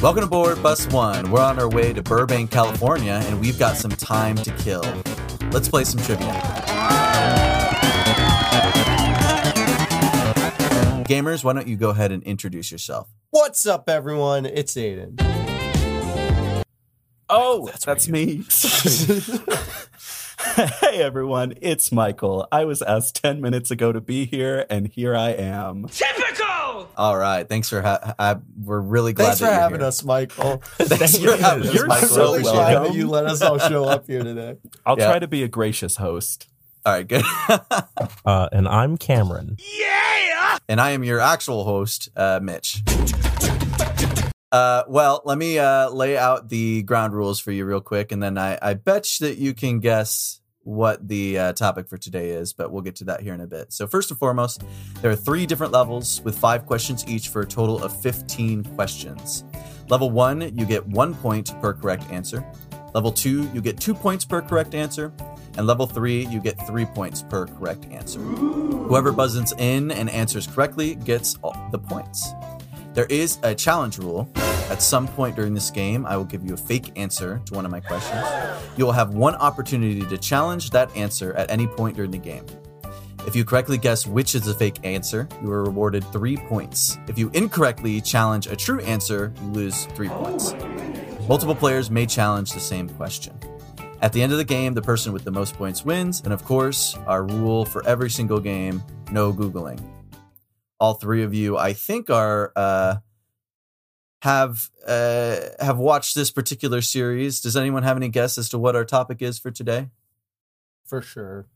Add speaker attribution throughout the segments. Speaker 1: Welcome aboard Bus One. We're on our way to Burbank, California, and we've got some time to kill. Let's play some trivia. Gamers, why don't you go ahead and introduce yourself?
Speaker 2: What's up, everyone? It's Aiden.
Speaker 3: Oh, that's, me. hey, everyone. It's Michael. I was asked 10 minutes ago to be here, and here I am.
Speaker 1: All right, thanks for ha- I, we're really glad
Speaker 2: Thanks
Speaker 1: that
Speaker 2: for
Speaker 1: you're
Speaker 2: having
Speaker 1: here.
Speaker 2: us, Michael.
Speaker 1: Thanks for having us,
Speaker 3: You're
Speaker 1: Michael.
Speaker 3: so
Speaker 2: really
Speaker 3: welcome.
Speaker 2: glad that you let us all show up here today.
Speaker 3: I'll
Speaker 1: Yeah.
Speaker 3: try to be a gracious host.
Speaker 1: All right, good.
Speaker 4: Uh, and I'm Cameron.
Speaker 1: and I am your actual host, uh, Mitch. Uh, well, let me uh, lay out the ground rules for you real quick, and then I, I bet you that you can guess what the uh, topic for today is, but we'll get to that here in a bit. So, first and foremost, there are three different levels with five questions each for a total of 15 questions. Level one, you get one point per correct answer. Level two, you get two points per correct answer. And level three, you get three points per correct answer. Whoever buzzes in and answers correctly gets all the points. There is a challenge rule. At some point during this game, I will give you a fake answer to one of my questions. You will have one opportunity to challenge that answer at any point during the game. If you correctly guess which is the fake answer, you are rewarded three points. If you incorrectly challenge a true answer, you lose three points. Multiple players may challenge the same question. At the end of the game, the person with the most points wins, and of course, our rule for every single game no Googling. All three of you, I think, are. Uh, have uh, have watched this particular series. Does anyone have any guess as to what our topic is for today?
Speaker 2: For sure.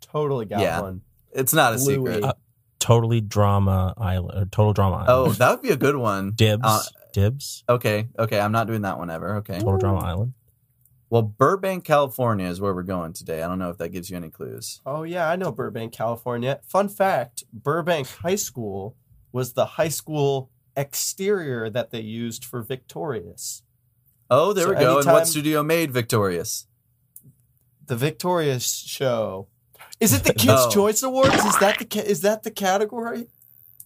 Speaker 2: Totally got
Speaker 1: Yeah.
Speaker 2: one.
Speaker 1: It's not a
Speaker 2: Bluey.
Speaker 1: secret.
Speaker 4: Uh, Totally drama island. Or total drama
Speaker 1: oh,
Speaker 4: island.
Speaker 1: that would be a good one.
Speaker 4: dibs.
Speaker 1: uh,
Speaker 4: dibs.
Speaker 1: Okay, okay, I'm not doing that one ever. Okay.
Speaker 4: Total drama island.
Speaker 1: Well, Burbank, California is where we're going today. I don't know if that gives you any clues.
Speaker 2: Oh, yeah, I know Burbank, California. Fun fact Burbank High School was the high school exterior that they used for Victorious.
Speaker 1: Oh, there
Speaker 2: So
Speaker 1: we go. And
Speaker 2: anytime-
Speaker 1: what studio made Victorious?
Speaker 2: The Victorious show. Is it the Kids'
Speaker 1: No.
Speaker 2: Choice Awards? Is that the ca- is that the category?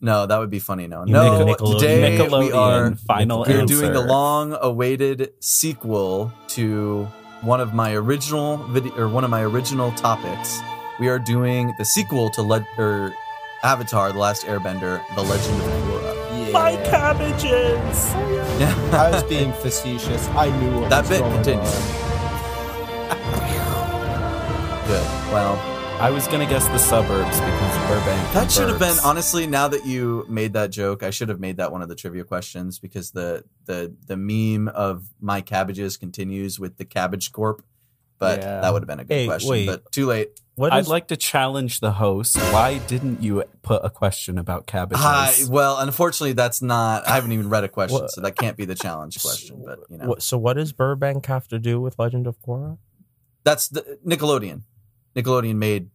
Speaker 1: No, that would be funny. No,
Speaker 4: You
Speaker 1: no.
Speaker 4: make a Nickelodeon-
Speaker 1: Today we
Speaker 3: Nickelodeon
Speaker 1: are
Speaker 3: final
Speaker 1: we are
Speaker 3: answer.
Speaker 1: doing the long-awaited sequel to one of my original video or one of my original topics. We are doing the sequel to Le- or Avatar: The Last Airbender, The Legend of Korra.
Speaker 2: My
Speaker 4: cabbages.
Speaker 2: I was being facetious. I knew what
Speaker 1: Oh, That
Speaker 2: was
Speaker 1: bit
Speaker 2: going
Speaker 1: continues.
Speaker 2: on.
Speaker 1: Good. Well.
Speaker 3: I was going to guess the suburbs because Burbank.
Speaker 1: That should have been
Speaker 3: burbs.
Speaker 1: honestly. Now that you made that joke, I should have made that one of the trivia questions because the the the meme of my cabbages continues with the Cabbage Corp. But
Speaker 2: Yeah.
Speaker 1: that would have been a good
Speaker 4: Hey,
Speaker 1: question.
Speaker 4: wait.
Speaker 1: But too late.
Speaker 4: What
Speaker 3: I'd
Speaker 4: is-
Speaker 3: like to challenge the host. Why didn't you put a question about cabbages?
Speaker 1: Hi. well, unfortunately, that's not. I haven't even read a question,
Speaker 4: What-
Speaker 1: so that can't be the challenge question. But you know,
Speaker 4: what, so what does Burbank have to do with Legend of Korra?
Speaker 1: that's the Nickelodeon. Nickelodeon made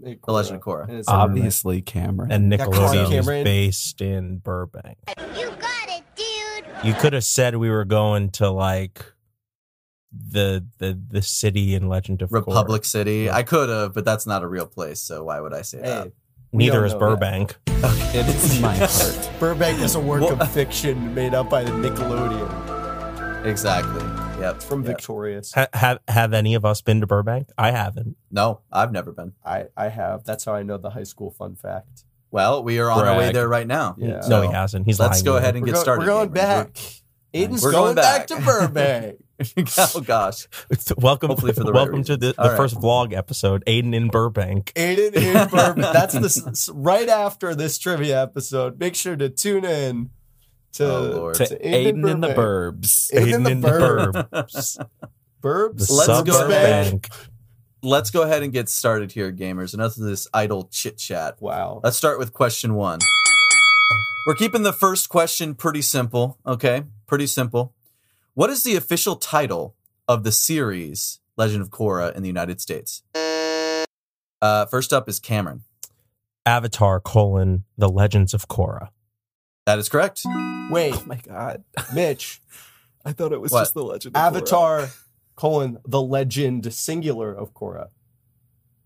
Speaker 1: The Legend of Korra.
Speaker 2: And it's
Speaker 3: Obviously, Cameron.
Speaker 4: And
Speaker 2: Yeah, come on,
Speaker 4: Nickelodeon is
Speaker 2: Cameron.
Speaker 4: based in Burbank.
Speaker 5: You got it, dude.
Speaker 4: You could have said we were going to like the the the city in Legend of
Speaker 1: Republic
Speaker 4: Korra.
Speaker 1: City. I could have, but that's not a real place. So why would I say that?
Speaker 2: Hey, We
Speaker 4: Neither
Speaker 2: don't
Speaker 4: is
Speaker 2: know that.
Speaker 4: Burbank.
Speaker 3: it is in my heart.
Speaker 2: Burbank is a work
Speaker 1: Well-
Speaker 2: of fiction made up by the Nickelodeon
Speaker 1: Exactly. Yep.
Speaker 2: from
Speaker 1: Yep.
Speaker 2: Victorious.
Speaker 4: Ha- have have any of us been to Burbank? I haven't.
Speaker 1: No, I've never been.
Speaker 2: I, I have. That's how I know the high school fun fact.
Speaker 1: Well, we are on our way
Speaker 4: Brag.
Speaker 1: there right now.
Speaker 2: Yeah.
Speaker 4: No, he
Speaker 1: So,
Speaker 4: hasn't. He's
Speaker 1: Let's
Speaker 4: lying
Speaker 1: go
Speaker 4: to you.
Speaker 1: ahead and
Speaker 2: We're
Speaker 1: get
Speaker 2: go-
Speaker 1: started.
Speaker 2: We're going
Speaker 1: gamers.
Speaker 2: back. Aiden's
Speaker 1: We're
Speaker 2: going,
Speaker 1: going
Speaker 2: back.
Speaker 1: back.
Speaker 2: to Burbank.
Speaker 1: oh gosh.
Speaker 4: welcome,
Speaker 1: Hopefully for the right
Speaker 4: welcome to the,
Speaker 1: reasons.
Speaker 4: the
Speaker 1: All right.
Speaker 4: first vlog episode. Aiden in Burbank.
Speaker 2: Aiden in Burbank. That's the s- s- right after this trivia episode. Make sure to tune in to,
Speaker 1: Oh, Lord.
Speaker 3: To
Speaker 2: to
Speaker 3: Aiden, in the
Speaker 2: Burbank.
Speaker 3: burbs.
Speaker 2: Aiden in the Burb.
Speaker 4: Burb.
Speaker 2: Burbs.
Speaker 4: The
Speaker 1: Let's go
Speaker 4: sub
Speaker 1: back.
Speaker 4: Burbank.
Speaker 1: Let's go ahead and get started here, gamers. Enough of this idle chit chat.
Speaker 2: Wow.
Speaker 1: Let's start with question one. We're keeping the first question pretty simple, okay? Pretty simple. What is the official title of the series Legend of Korra in the United States? Uh, first up is Cameron.
Speaker 4: Avatar colon the Legends of Korra.
Speaker 1: That is correct.
Speaker 2: Wait,
Speaker 3: Oh my god.
Speaker 2: Mitch.
Speaker 3: I thought it was
Speaker 1: What?
Speaker 3: just the legend. of Korra.
Speaker 2: Avatar colon the legend singular of Korra.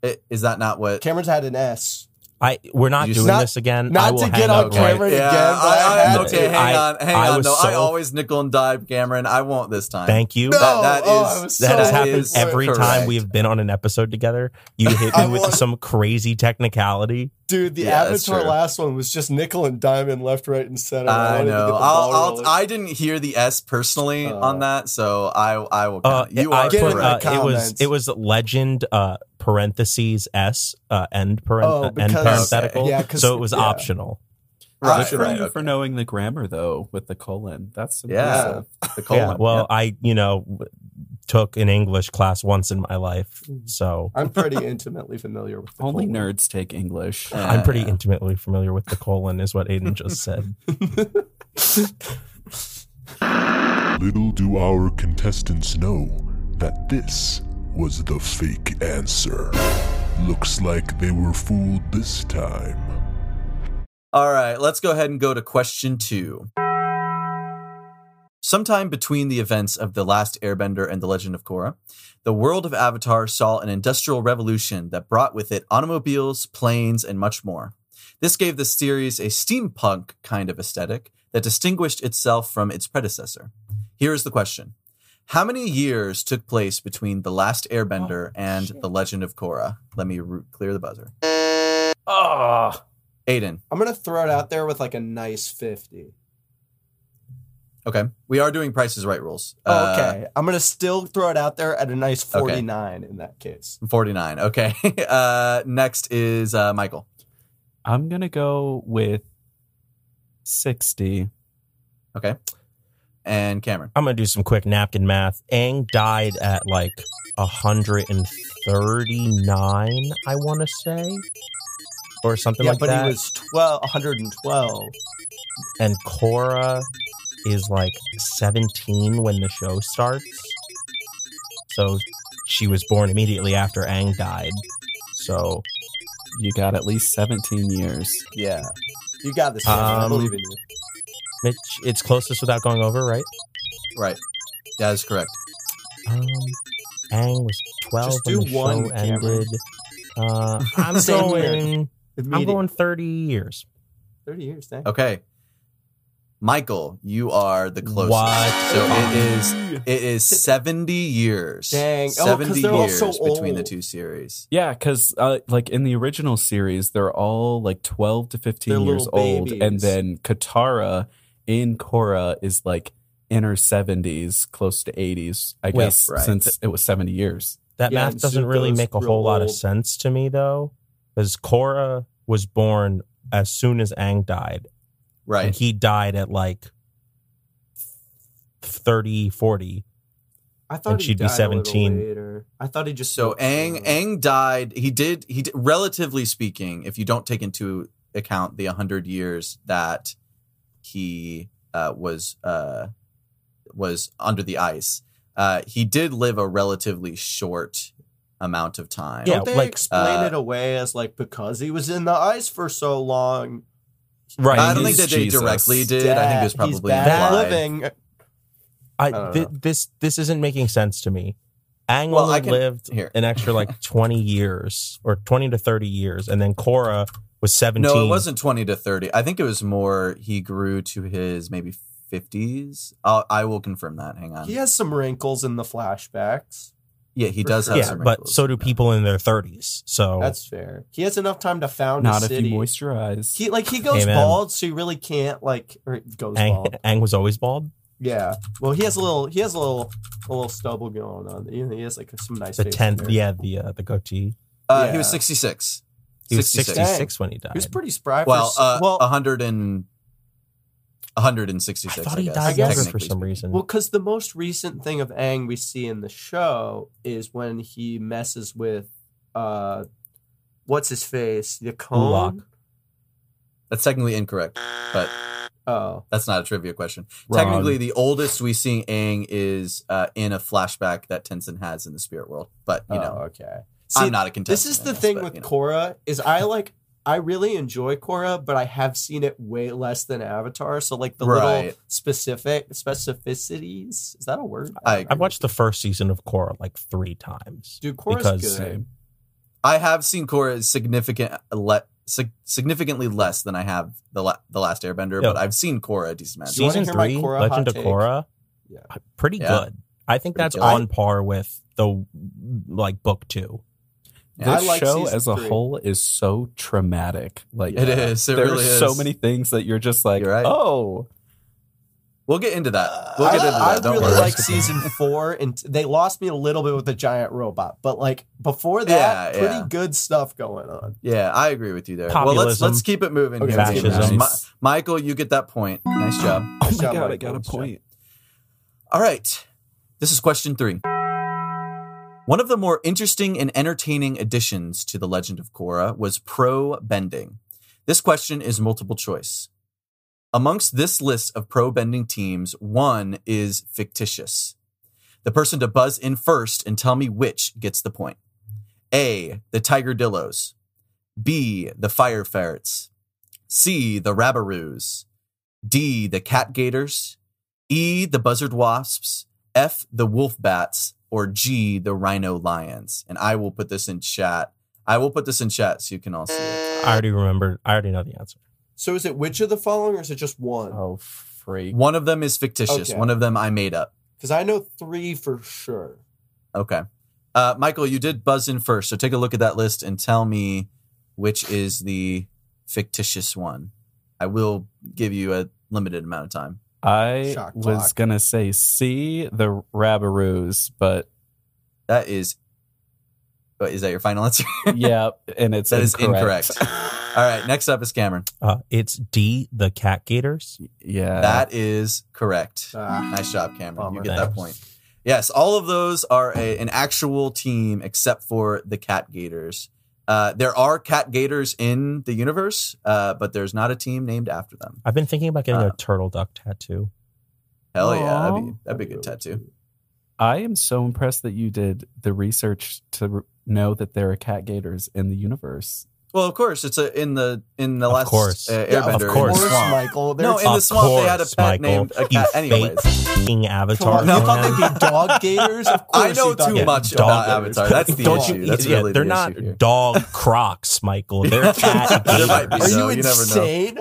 Speaker 1: I- Is that not what?
Speaker 2: Cameron's had an S.
Speaker 4: I we're not
Speaker 1: You-
Speaker 4: doing
Speaker 2: Not-
Speaker 4: this again. I
Speaker 2: Not
Speaker 4: will
Speaker 2: to
Speaker 4: hang
Speaker 2: get on
Speaker 4: up right-
Speaker 2: camera
Speaker 1: Yeah,
Speaker 2: again, but I,
Speaker 1: I, I,
Speaker 2: had
Speaker 4: no,
Speaker 2: to.
Speaker 1: okay, hang
Speaker 4: I-
Speaker 1: on, hang
Speaker 4: I
Speaker 1: on.
Speaker 4: was
Speaker 1: No, I
Speaker 4: so-
Speaker 1: always nickel and dime, Cameron. I won't this time.
Speaker 4: Thank you.
Speaker 2: No,
Speaker 4: That,
Speaker 1: that
Speaker 2: oh,
Speaker 1: is-
Speaker 2: I was
Speaker 1: that
Speaker 2: so
Speaker 4: has
Speaker 1: is
Speaker 4: happened every
Speaker 2: correct.
Speaker 4: time we have been on an episode together. You hit
Speaker 2: I
Speaker 4: me with
Speaker 2: want-
Speaker 4: some crazy technicality.
Speaker 2: Dude, the
Speaker 1: Yeah, that's
Speaker 2: Avatar
Speaker 1: true.
Speaker 2: last one was just nickel and diamond left, right, and center.
Speaker 1: I
Speaker 2: wanted to get
Speaker 1: know.
Speaker 2: the
Speaker 1: I'll,
Speaker 2: ball rolling.
Speaker 1: I'll, I didn't hear the S personally
Speaker 2: Oh.
Speaker 1: on that, so I I will.
Speaker 4: Uh,
Speaker 1: Count. you
Speaker 4: I
Speaker 1: are
Speaker 4: put,
Speaker 2: Get in
Speaker 1: correct.
Speaker 2: the
Speaker 4: uh, it was
Speaker 2: comments.
Speaker 4: it was legend uh, parentheses s uh, end, paren-
Speaker 2: Oh,
Speaker 4: end
Speaker 2: because-
Speaker 4: parenthetical.
Speaker 2: yeah, 'cause-
Speaker 4: so it was
Speaker 2: yeah.
Speaker 4: optional.
Speaker 3: Good
Speaker 1: right,
Speaker 3: for
Speaker 1: right,
Speaker 3: you
Speaker 1: okay.
Speaker 3: for knowing the grammar though with the colon. That's
Speaker 1: Yeah.
Speaker 3: impressive.
Speaker 1: The
Speaker 2: Oh,
Speaker 1: colon.
Speaker 4: Yeah, well, I you know w- took an English class once in my life,
Speaker 2: Mm-hmm.
Speaker 4: so
Speaker 2: I'm pretty intimately familiar with the
Speaker 3: Only
Speaker 2: colon.
Speaker 3: nerds take English.
Speaker 2: Uh,
Speaker 1: Yeah.
Speaker 4: I'm pretty intimately familiar with the colon, is what Aiden just said.
Speaker 6: Little do our contestants know that this was the fake answer. Looks like they were fooled this time.
Speaker 1: All right, let's go ahead and go to question two. Sometime between the events of The Last Airbender and The Legend of Korra, the world of Avatar saw an industrial revolution that brought with it automobiles, planes, and much more. This gave the series a steampunk kind of aesthetic that distinguished itself from its predecessor. Here is the question How many years took place between The Last Airbender and The Legend of Korra? Let me re- clear the buzzer.
Speaker 2: Ah,
Speaker 1: Aiden.
Speaker 2: I'm gonna throw it out there with like a nice fifty.
Speaker 1: Okay. We are doing prices right rules. Uh,
Speaker 2: Oh, Okay, I'm gonna still throw it out there at a nice
Speaker 1: Okay.
Speaker 2: 49 in that case.
Speaker 1: 49. Okay. Uh, next is uh, Michael.
Speaker 3: I'm gonna go with sixty.
Speaker 1: Okay. And Cameron.
Speaker 4: I'm gonna do some quick napkin math. Aang died at like 139, I want to say, or something
Speaker 2: yeah,
Speaker 4: like
Speaker 2: but
Speaker 4: that.
Speaker 2: he was 12, 112.
Speaker 4: and Cora is like 17 when the show starts. So she was born immediately after Aang died. So
Speaker 3: You got at least seventeen years.
Speaker 2: Yeah, you got this. Cameron. I
Speaker 4: Um,
Speaker 2: believe in you.
Speaker 4: Mitch, it's closest without going over, right?
Speaker 1: Right. That is correct.
Speaker 4: Um, Aang was 12
Speaker 2: Just
Speaker 4: when
Speaker 2: do
Speaker 4: the show
Speaker 2: one, Cameron.
Speaker 4: ended. Uh, I'm
Speaker 2: Same
Speaker 4: going. I'm
Speaker 2: Immediate.
Speaker 4: going 30 years.
Speaker 2: 30 years. Dang.
Speaker 1: Okay. Michael, you are the closest.
Speaker 4: What?
Speaker 1: So it is it is 70 years.
Speaker 2: Dang. Oh, 'cause
Speaker 1: 70
Speaker 2: they're all
Speaker 1: years
Speaker 2: so
Speaker 1: between the
Speaker 2: old.
Speaker 1: two series.
Speaker 3: Yeah, because uh, like in the original series, they're all like twelve to 15
Speaker 2: They're
Speaker 3: years
Speaker 2: little
Speaker 3: old, and
Speaker 2: babies.
Speaker 3: then Katara in Korra is like in her seventies, close to eighties, I
Speaker 4: Wait,
Speaker 3: guess,
Speaker 1: right.
Speaker 3: since it was seventy years.
Speaker 4: That
Speaker 2: Yeah,
Speaker 4: math
Speaker 2: and
Speaker 4: doesn't really
Speaker 2: Zuko's
Speaker 4: make a
Speaker 2: real
Speaker 4: whole lot of
Speaker 2: old.
Speaker 4: sense to me, though, because Korra was born as soon as Aang died. and
Speaker 1: Right.
Speaker 4: he died at like 30 40
Speaker 2: I thought
Speaker 4: And
Speaker 2: he
Speaker 4: she'd be
Speaker 2: died a little
Speaker 4: 17.
Speaker 2: later. I thought he just
Speaker 1: So Aang Aang died. He did he did, relatively speaking, if you don't take into account the 100 years that he uh, was uh, was under the ice, uh, he did live a relatively short amount of time.
Speaker 4: Yeah,
Speaker 2: Don't they
Speaker 4: like,
Speaker 2: explain
Speaker 1: uh,
Speaker 2: it away as like because he was in the ice for so long?
Speaker 4: right
Speaker 1: I don't
Speaker 3: he's
Speaker 1: think that they
Speaker 3: Jesus.
Speaker 1: directly did. I think it was
Speaker 2: Dad, he's
Speaker 1: probably
Speaker 2: bad at
Speaker 1: implied.
Speaker 2: living.
Speaker 4: I,
Speaker 2: don't
Speaker 4: thi- this this isn't making sense to me Aang
Speaker 1: Well,
Speaker 4: only
Speaker 1: I can-
Speaker 4: lived
Speaker 1: here.
Speaker 4: an extra like 20 years or 20 to 30 years and then Korra was 17
Speaker 1: No, it wasn't 20 to 30. I think it was more he grew to his maybe 50s. I'll, I will confirm that. Hang on.
Speaker 2: He has some wrinkles in the flashbacks.
Speaker 1: yeah, he
Speaker 2: for
Speaker 1: does
Speaker 2: sure.
Speaker 1: have
Speaker 4: yeah
Speaker 1: some
Speaker 4: but
Speaker 1: wrinkles.
Speaker 4: so do people in their 30s so
Speaker 2: That's fair. He has enough time to found
Speaker 3: Not
Speaker 2: a
Speaker 3: if
Speaker 2: city.
Speaker 3: you moisturize.
Speaker 2: He like he goes
Speaker 4: Amen.
Speaker 2: bald, so he really can't like or he goes bald.
Speaker 4: Aang, Aang was always bald
Speaker 2: Yeah. Well, he has a little. He has a little. A little stubble going on. You know, he has like some nice.
Speaker 4: the
Speaker 2: face in
Speaker 4: 10th
Speaker 2: there.
Speaker 4: yeah the uh, the goatee
Speaker 1: Uh, He was
Speaker 2: Yeah.
Speaker 1: 66.
Speaker 4: he was
Speaker 1: 66.
Speaker 4: 66 when he died
Speaker 2: He was pretty spry. for
Speaker 1: Well,
Speaker 2: s-
Speaker 1: uh,
Speaker 2: well,
Speaker 1: 100 and,
Speaker 4: I
Speaker 1: 166.
Speaker 4: thought he
Speaker 1: guess,
Speaker 4: died
Speaker 2: guess.
Speaker 4: younger for
Speaker 1: technically
Speaker 4: some reason
Speaker 2: well, because the most recent thing of Aang we see in the show is when he messes with, uh, what's his face, the cone.
Speaker 4: Ulak.
Speaker 1: That's technically incorrect, but
Speaker 2: Oh,
Speaker 1: that's not a trivia question.
Speaker 3: Wrong.
Speaker 1: Technically, the oldest we see Aang is uh, in a flashback that Tenzin has in the spirit world, but you
Speaker 2: oh,
Speaker 4: Uh,
Speaker 1: know,
Speaker 2: okay.
Speaker 1: I'm not a contestant.
Speaker 2: This is
Speaker 1: in
Speaker 2: the thing
Speaker 1: but,
Speaker 2: with
Speaker 1: you know.
Speaker 2: Korra is I like I really enjoy Korra, but I have seen it way less than Avatar. So like the little
Speaker 1: Right.
Speaker 2: specific specificities is that a word?
Speaker 1: I-
Speaker 4: I've watched the first season of Korra like three times
Speaker 2: Dude, Korra's
Speaker 4: because-
Speaker 2: good.
Speaker 3: Same.
Speaker 1: I have seen Korra significant le- sig- significantly less than I have the la- the last Airbender,
Speaker 4: Yeah.
Speaker 1: but I've seen Korra a decent amount.
Speaker 2: Do you wanna
Speaker 4: Season
Speaker 2: hear my
Speaker 4: three,
Speaker 2: Korra hot
Speaker 4: Legend of
Speaker 2: take?
Speaker 4: Korra, uh,
Speaker 2: Yeah.
Speaker 4: pretty
Speaker 1: Yeah.
Speaker 4: good. I think
Speaker 1: Pretty
Speaker 4: that's
Speaker 1: good.
Speaker 4: on par with the like book two.
Speaker 1: Yeah,
Speaker 2: I
Speaker 3: This
Speaker 2: like
Speaker 3: show
Speaker 2: season
Speaker 3: as a
Speaker 2: three.
Speaker 3: whole is so traumatic. Like
Speaker 1: It is. It
Speaker 3: there
Speaker 1: really
Speaker 3: are
Speaker 1: is.
Speaker 3: so many things that you're just like,
Speaker 1: You're right.
Speaker 3: oh,
Speaker 1: We'll get into that. We'll get into
Speaker 2: I,
Speaker 1: that.
Speaker 2: I
Speaker 1: Don't
Speaker 2: really
Speaker 1: worry.
Speaker 2: like season four, and t- they lost me a little bit with the giant robot, but like before that,
Speaker 1: Yeah,
Speaker 2: pretty
Speaker 1: yeah.
Speaker 2: good stuff going on.
Speaker 1: yeah, I agree with you there. Well, let's
Speaker 4: Populism.
Speaker 1: let's keep it moving.
Speaker 2: Okay,
Speaker 1: here.
Speaker 4: let's keep it
Speaker 1: Nice.
Speaker 4: moving.
Speaker 1: Mi- Michael, you get that point. Nice job.
Speaker 3: oh
Speaker 2: Nice
Speaker 3: my
Speaker 2: job,
Speaker 3: god, I
Speaker 2: Michael.
Speaker 3: got a
Speaker 2: Nice job.
Speaker 3: point.
Speaker 1: All right. This is question three. One of the more interesting and entertaining additions to The Legend of Korra was pro bending. This question is multiple choice. Amongst this list of pro bending teams, one is fictitious. The person to buzz in first and tell me which gets the point A, the Tiger Dillos, B, the Fire Ferrets, C, the Rabaroos, D, the Cat Gators, E, the buzzard wasps, F, the wolf bats, or G, the rhino lions. And I will put this in chat. I will put this in chat so you can all see it.
Speaker 4: I already remember. I already know the answer.
Speaker 2: So is it which of the following, or is it just one?
Speaker 3: Oh freak.
Speaker 1: One of them is fictitious,
Speaker 2: Okay.
Speaker 1: one of them I made up.
Speaker 2: Because I know three for sure.
Speaker 1: Okay. Uh, Michael, you did buzz in first. So take a look at that list and tell me which is the fictitious one. I will give you a limited amount of time.
Speaker 3: I
Speaker 2: Shock
Speaker 3: was
Speaker 2: clock.
Speaker 3: gonna say C the Rabaroos, but
Speaker 1: That is. Wait, Is that your final answer?
Speaker 3: yeah, and it's
Speaker 1: That is
Speaker 3: incorrect.
Speaker 1: incorrect. All right, next up is Cameron.
Speaker 4: Uh, it's D, the cat gators. Uh,
Speaker 3: Yeah,
Speaker 1: That is correct.
Speaker 2: Ah.
Speaker 1: Nice job, Cameron.
Speaker 2: Bummer.
Speaker 1: You get that
Speaker 4: Thanks.
Speaker 1: point. Yes, all of those are a, an actual team except for the Cat Gators. Uh, there are Cat Gators in the universe, uh, but there's not a team named after them.
Speaker 4: I've been thinking about getting
Speaker 1: Uh.
Speaker 4: a turtle duck tattoo.
Speaker 1: Hell yeah, that'd be,
Speaker 3: Aw.
Speaker 1: that'd be a good tattoo.
Speaker 3: I am so impressed that you did the research to r know that there are cat gators in the universe.
Speaker 1: Well, of course, it's a, in the in the
Speaker 4: Of
Speaker 1: last
Speaker 4: course.
Speaker 1: uh, Airbender.
Speaker 2: Yeah,
Speaker 4: of course.
Speaker 1: in the swamp.
Speaker 2: Michael.
Speaker 1: No,
Speaker 2: There's
Speaker 1: in the
Speaker 4: Of
Speaker 1: swamp they had a
Speaker 4: course,
Speaker 1: pet named a
Speaker 4: you
Speaker 1: cat. Anyways,
Speaker 4: Fucking
Speaker 2: Come
Speaker 4: avatar.
Speaker 2: on, you
Speaker 4: man.
Speaker 2: thought they'd be dog gators? Of course
Speaker 1: I know
Speaker 2: you thought
Speaker 1: too
Speaker 2: they'd be
Speaker 1: much
Speaker 2: dog
Speaker 1: about
Speaker 2: gators.
Speaker 1: Avatar. That's the
Speaker 4: Don't
Speaker 1: issue.
Speaker 4: you?
Speaker 1: That's
Speaker 4: yeah,
Speaker 1: really
Speaker 4: they're
Speaker 1: the
Speaker 4: not
Speaker 1: issue here.
Speaker 4: dog crocs, Michael. They're cat
Speaker 1: There might be
Speaker 4: gators.
Speaker 2: Are
Speaker 1: So,
Speaker 2: you
Speaker 1: you never know.
Speaker 2: insane?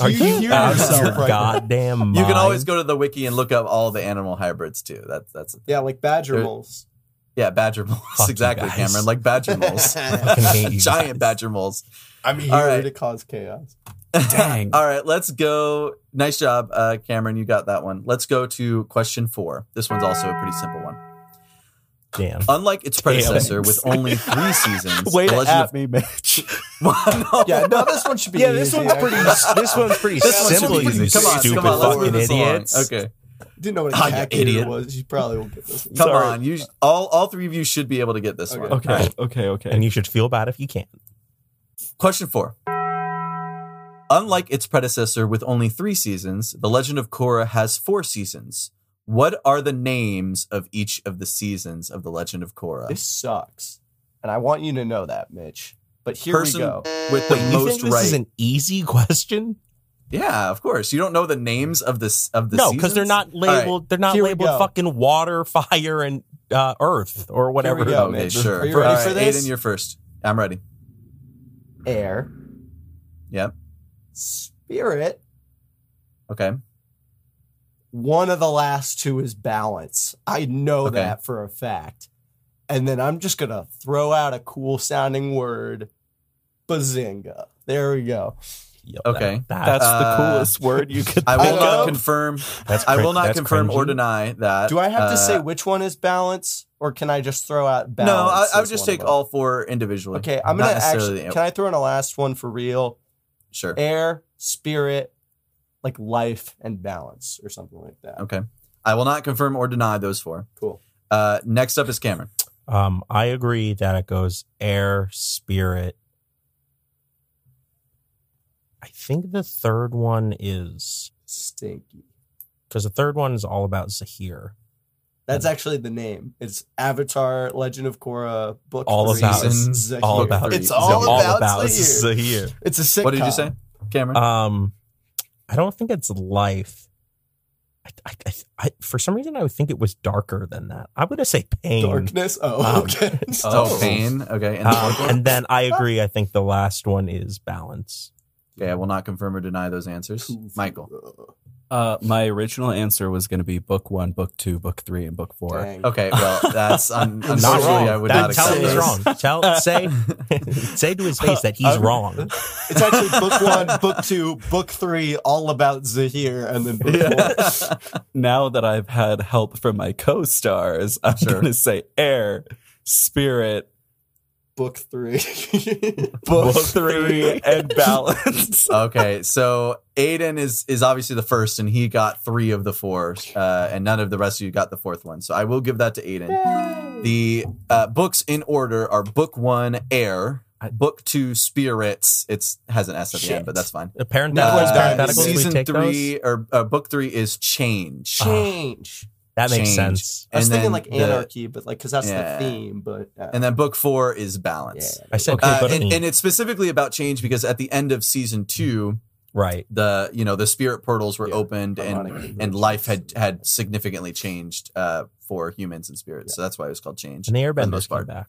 Speaker 4: Are
Speaker 2: Do you
Speaker 4: you
Speaker 2: hear
Speaker 4: out of
Speaker 2: yourself
Speaker 4: your
Speaker 2: right now?
Speaker 4: goddamn mind?
Speaker 1: You can always go to the wiki and look up all the animal hybrids too. That's that's
Speaker 2: Yeah, like badger
Speaker 1: There-
Speaker 2: moles.
Speaker 1: yeah, badger moles
Speaker 4: Fuck you
Speaker 1: exactly,
Speaker 4: guys.
Speaker 1: Cameron. Like badger moles,
Speaker 4: I fucking hate you
Speaker 1: giant
Speaker 4: guys.
Speaker 1: badger moles.
Speaker 2: I'm here
Speaker 1: right.
Speaker 2: to cause chaos.
Speaker 3: Dang.
Speaker 1: All right, let's go. Nice job, uh, Cameron. You got that one. Let's go to question four. This one's also a pretty simple one.
Speaker 4: Damn.
Speaker 1: Unlike its predecessor,
Speaker 3: thanks.
Speaker 1: with only three seasons,
Speaker 3: Way
Speaker 1: the
Speaker 3: to
Speaker 1: Legend
Speaker 3: at
Speaker 1: of
Speaker 3: me, Mitch.
Speaker 1: no.
Speaker 2: Yeah, no, this one should be. easy, actually.
Speaker 4: This one's pretty
Speaker 1: This one's
Speaker 2: simple,
Speaker 1: pretty
Speaker 2: you
Speaker 1: easy. Come on,
Speaker 2: stupid
Speaker 1: come on, let's move
Speaker 2: fucking
Speaker 1: this along. Okay.
Speaker 2: Didn't know what a
Speaker 1: Ah, you
Speaker 2: cat gator
Speaker 1: idiot.
Speaker 2: was. You probably won't get this. One.
Speaker 1: Come
Speaker 3: Sorry.
Speaker 1: on, you sh- all all three of you should be able to get this
Speaker 2: Okay.
Speaker 1: one.
Speaker 3: Okay, okay, okay.
Speaker 4: And you should feel bad if you can't.
Speaker 1: Question four. Unlike its predecessor with only three seasons, The Legend of Korra has four seasons. What are the names of each of the seasons of The Legend of Korra?
Speaker 2: This sucks, and I want you to know that, Mitch. But here
Speaker 1: Person-
Speaker 2: we go.
Speaker 1: with the
Speaker 4: Wait, you
Speaker 1: most
Speaker 4: think this
Speaker 1: right.
Speaker 4: is an easy question?
Speaker 1: yeah, of course. You don't know the names of this of the
Speaker 4: no,
Speaker 1: seasons?
Speaker 4: because they're not
Speaker 1: right,
Speaker 4: labeled. They're not
Speaker 2: here we
Speaker 4: labeled
Speaker 2: go.
Speaker 4: fucking water, fire, and uh, earth or whatever.
Speaker 2: go.
Speaker 1: Okay,
Speaker 2: Mitch.
Speaker 1: sure.
Speaker 2: Are you ready
Speaker 1: All right,
Speaker 2: for this?
Speaker 1: Aiden, you're first. I'm ready.
Speaker 2: Air,
Speaker 1: Yep.
Speaker 2: spirit.
Speaker 1: Okay.
Speaker 2: One of the last two is balance. I know
Speaker 1: Okay.
Speaker 2: that for a fact. And then I'm just gonna throw out a cool sounding word, bazinga. There we go.
Speaker 4: Yep,
Speaker 1: Okay.
Speaker 4: that- that-
Speaker 3: That's
Speaker 1: Uh,
Speaker 3: the coolest word you could.
Speaker 1: I
Speaker 2: I
Speaker 1: will not
Speaker 2: know.
Speaker 1: confirm.
Speaker 4: that's
Speaker 1: I
Speaker 4: cr-
Speaker 1: will not
Speaker 4: that's
Speaker 1: confirm or
Speaker 4: cringy.
Speaker 1: deny that.
Speaker 2: Do I have
Speaker 1: uh,
Speaker 2: to say which one is balance, or can I just throw out
Speaker 1: No, I,
Speaker 2: balance?
Speaker 1: I would
Speaker 2: as
Speaker 1: just
Speaker 2: one of
Speaker 1: take
Speaker 2: them?
Speaker 1: all four individually.
Speaker 2: Okay, I'm
Speaker 1: Not
Speaker 2: gonna
Speaker 1: necessarily
Speaker 2: actually.
Speaker 1: the-
Speaker 2: Can I throw in a last one for real?
Speaker 1: Sure.
Speaker 2: Air, spirit, like life and balance, or something like that.
Speaker 1: Okay. I will not confirm or deny those four.
Speaker 2: Cool.
Speaker 1: Uh, next up is Cameron.
Speaker 4: Um, I agree that it goes air, spirit. I think the third one is
Speaker 2: Stinky.
Speaker 4: because the third one is all about Zahir.
Speaker 2: That's actually the name. It's Avatar: Legend of Korra book.
Speaker 4: All
Speaker 2: three,
Speaker 4: about-
Speaker 2: Zaheer.
Speaker 4: All about
Speaker 2: It's
Speaker 1: Zaheer.
Speaker 2: all,
Speaker 1: It's
Speaker 2: about, Zaheer.
Speaker 4: Zahir.
Speaker 2: It's a sitcom.
Speaker 1: Uh-huh.
Speaker 4: Uh,
Speaker 1: What did you say, Cameron?
Speaker 4: Um, I don't think it's life. I, I, I, I, for some reason, I would think it was darker than that. I would say pain.
Speaker 2: Darkness. Oh,
Speaker 4: Um,
Speaker 2: okay.
Speaker 1: Oh, pain. Okay. And the
Speaker 4: Um,
Speaker 1: fourth one?
Speaker 4: and then I agree. I think the last one is balance.
Speaker 1: okay. I will not confirm or deny those answers. Michael.
Speaker 3: Uh, my original answer was going to be book one, book two, book three, and book four.
Speaker 2: Dang.
Speaker 1: Okay. Well, that's un-
Speaker 3: Not
Speaker 1: unfortunately
Speaker 3: wrong.
Speaker 1: I would
Speaker 4: That-
Speaker 1: not
Speaker 4: tell
Speaker 1: accept
Speaker 4: him he's
Speaker 1: those.
Speaker 4: wrong. Tell say say to his face that he's
Speaker 1: Uh,
Speaker 2: Um,
Speaker 4: wrong.
Speaker 2: It's actually book one, book two, book three, all about Zahir, and then book four.
Speaker 3: Now that I've had help from my co-stars, I'm
Speaker 1: Sure.
Speaker 3: going to say air, spirit,
Speaker 2: Book three.
Speaker 3: book, three, and balance.
Speaker 1: okay, so Aiden is is obviously the first, and he got three of the four, uh, and none of the rest of you got the fourth one. So I will give that to Aiden. The uh, books in order are Book One, Air. Book Two, Spirits. It's has an S at the end,
Speaker 4: Shit.
Speaker 1: but that's fine.
Speaker 4: The parent
Speaker 2: That was
Speaker 4: uh,
Speaker 2: bad.
Speaker 4: parentheticals. we
Speaker 1: season
Speaker 4: take
Speaker 1: three
Speaker 4: those?
Speaker 1: or uh, book three is change.
Speaker 2: Oh. Change.
Speaker 4: That makes
Speaker 1: change.
Speaker 4: sense.
Speaker 2: I was
Speaker 1: and
Speaker 2: thinking
Speaker 1: then
Speaker 2: like
Speaker 1: the-
Speaker 2: anarchy, but like because that's
Speaker 1: Yeah.
Speaker 2: the theme. But uh,
Speaker 1: And then book four is balance.
Speaker 2: yeah.
Speaker 4: I said
Speaker 3: Okay,
Speaker 4: okay,
Speaker 1: Uh, and, and it's specifically about change because at the end of season two,
Speaker 4: right.
Speaker 1: the you know the spirit portals were
Speaker 2: Yeah,
Speaker 1: opened and
Speaker 2: Ironic.
Speaker 1: and life had had significantly changed uh, for humans and spirits. So that's why it was called change.
Speaker 4: And the
Speaker 1: for the most
Speaker 4: airbenders
Speaker 1: part.
Speaker 4: came back.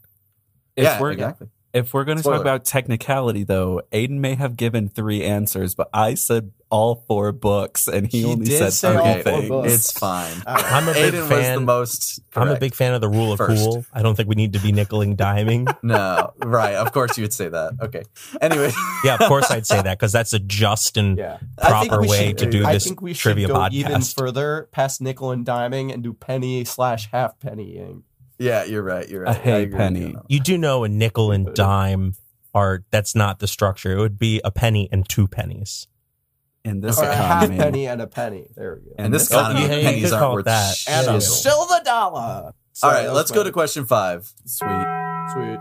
Speaker 3: If
Speaker 1: yeah,
Speaker 3: we're
Speaker 1: exactly.
Speaker 3: if we're going to
Speaker 1: Spoiler.
Speaker 3: talk about technicality, though, Aiden may have given three answers, but I said all four books, and he,
Speaker 2: He
Speaker 3: only
Speaker 2: did
Speaker 3: said
Speaker 2: say all
Speaker 3: three
Speaker 2: four
Speaker 3: things.
Speaker 2: books.
Speaker 1: It's fine.
Speaker 2: All right.
Speaker 4: I'm a big
Speaker 1: Aiden was the
Speaker 4: fan.
Speaker 1: most.
Speaker 4: I'm a
Speaker 1: correct.
Speaker 4: big fan of the rule of
Speaker 1: First.
Speaker 4: cool. I don't think we need to be nickel and diming.
Speaker 1: No, right. Of course you would say that. Okay. Anyway.
Speaker 4: yeah, of course I'd say that because that's a just and
Speaker 2: yeah.
Speaker 4: proper way to do
Speaker 2: I
Speaker 4: this
Speaker 2: think we should
Speaker 4: trivia
Speaker 2: go
Speaker 4: podcast.
Speaker 2: even further past nickel and diming and do penny slash half pennying.
Speaker 1: Yeah, you're right. You're
Speaker 3: A
Speaker 1: right. I
Speaker 3: hey
Speaker 1: agree with you
Speaker 3: penny.
Speaker 1: on that.
Speaker 4: you do know a nickel and dime are that's not the structure. It would be a penny and two pennies.
Speaker 3: In this
Speaker 2: Or a half
Speaker 3: economy,
Speaker 2: penny and a penny. There we go.
Speaker 1: And this
Speaker 3: Oh,
Speaker 1: economy,
Speaker 4: yeah, you
Speaker 1: pennies
Speaker 4: could
Speaker 1: aren't
Speaker 4: call it
Speaker 1: worth
Speaker 4: that.
Speaker 1: shit.
Speaker 2: and
Speaker 4: Yeah.
Speaker 2: a silver dollar.
Speaker 1: All
Speaker 2: Sorry,
Speaker 1: right,
Speaker 2: that
Speaker 1: let's
Speaker 2: was
Speaker 1: go
Speaker 2: my-
Speaker 1: to question five.
Speaker 3: sweet,
Speaker 2: Sweet.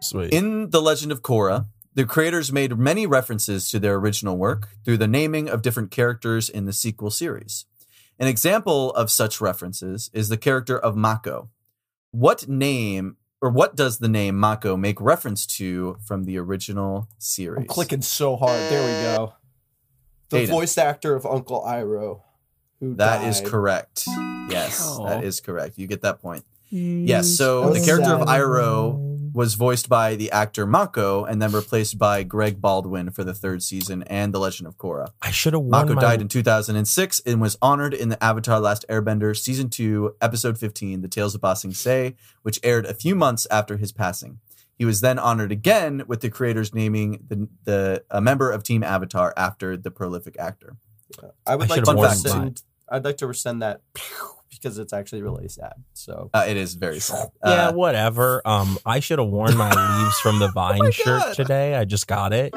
Speaker 3: sweet.
Speaker 1: In The Legend of Korra, the creators made many references to their original work through the naming of different characters in the sequel series. An example of such references is the character of Mako. What name or what does the name Mako make reference to from the original series?
Speaker 2: I'm clicking so hard. There we go. The
Speaker 1: Aiden.
Speaker 2: voice actor of Uncle Iroh. Who
Speaker 1: That is
Speaker 2: died.
Speaker 1: correct. Yes,
Speaker 3: Ow.
Speaker 1: that is correct. You get that point. Yes, so the
Speaker 2: so
Speaker 1: character of
Speaker 2: sad.
Speaker 1: Iroh was voiced by the actor Mako and then replaced by Greg Baldwin for the third season and The Legend of Korra.
Speaker 4: I should have won
Speaker 1: Mako
Speaker 4: my-
Speaker 1: died in 2006 and was honored in the Avatar Last Airbender Season 2, Episode 15, The Tales of Ba Sing Se, which aired a few months after his passing. He was then honored again with the creators naming the, the a member of Team Avatar after the prolific actor.
Speaker 2: I would like
Speaker 4: I should've
Speaker 2: to
Speaker 1: worn
Speaker 2: rescind. I'd like to rescind that because it's actually really sad. So
Speaker 1: Uh, it is very sad.
Speaker 4: yeah,
Speaker 1: Uh,
Speaker 4: whatever. Um, I should have worn my leaves from the vine
Speaker 1: Oh God.
Speaker 4: shirt today. I just got it.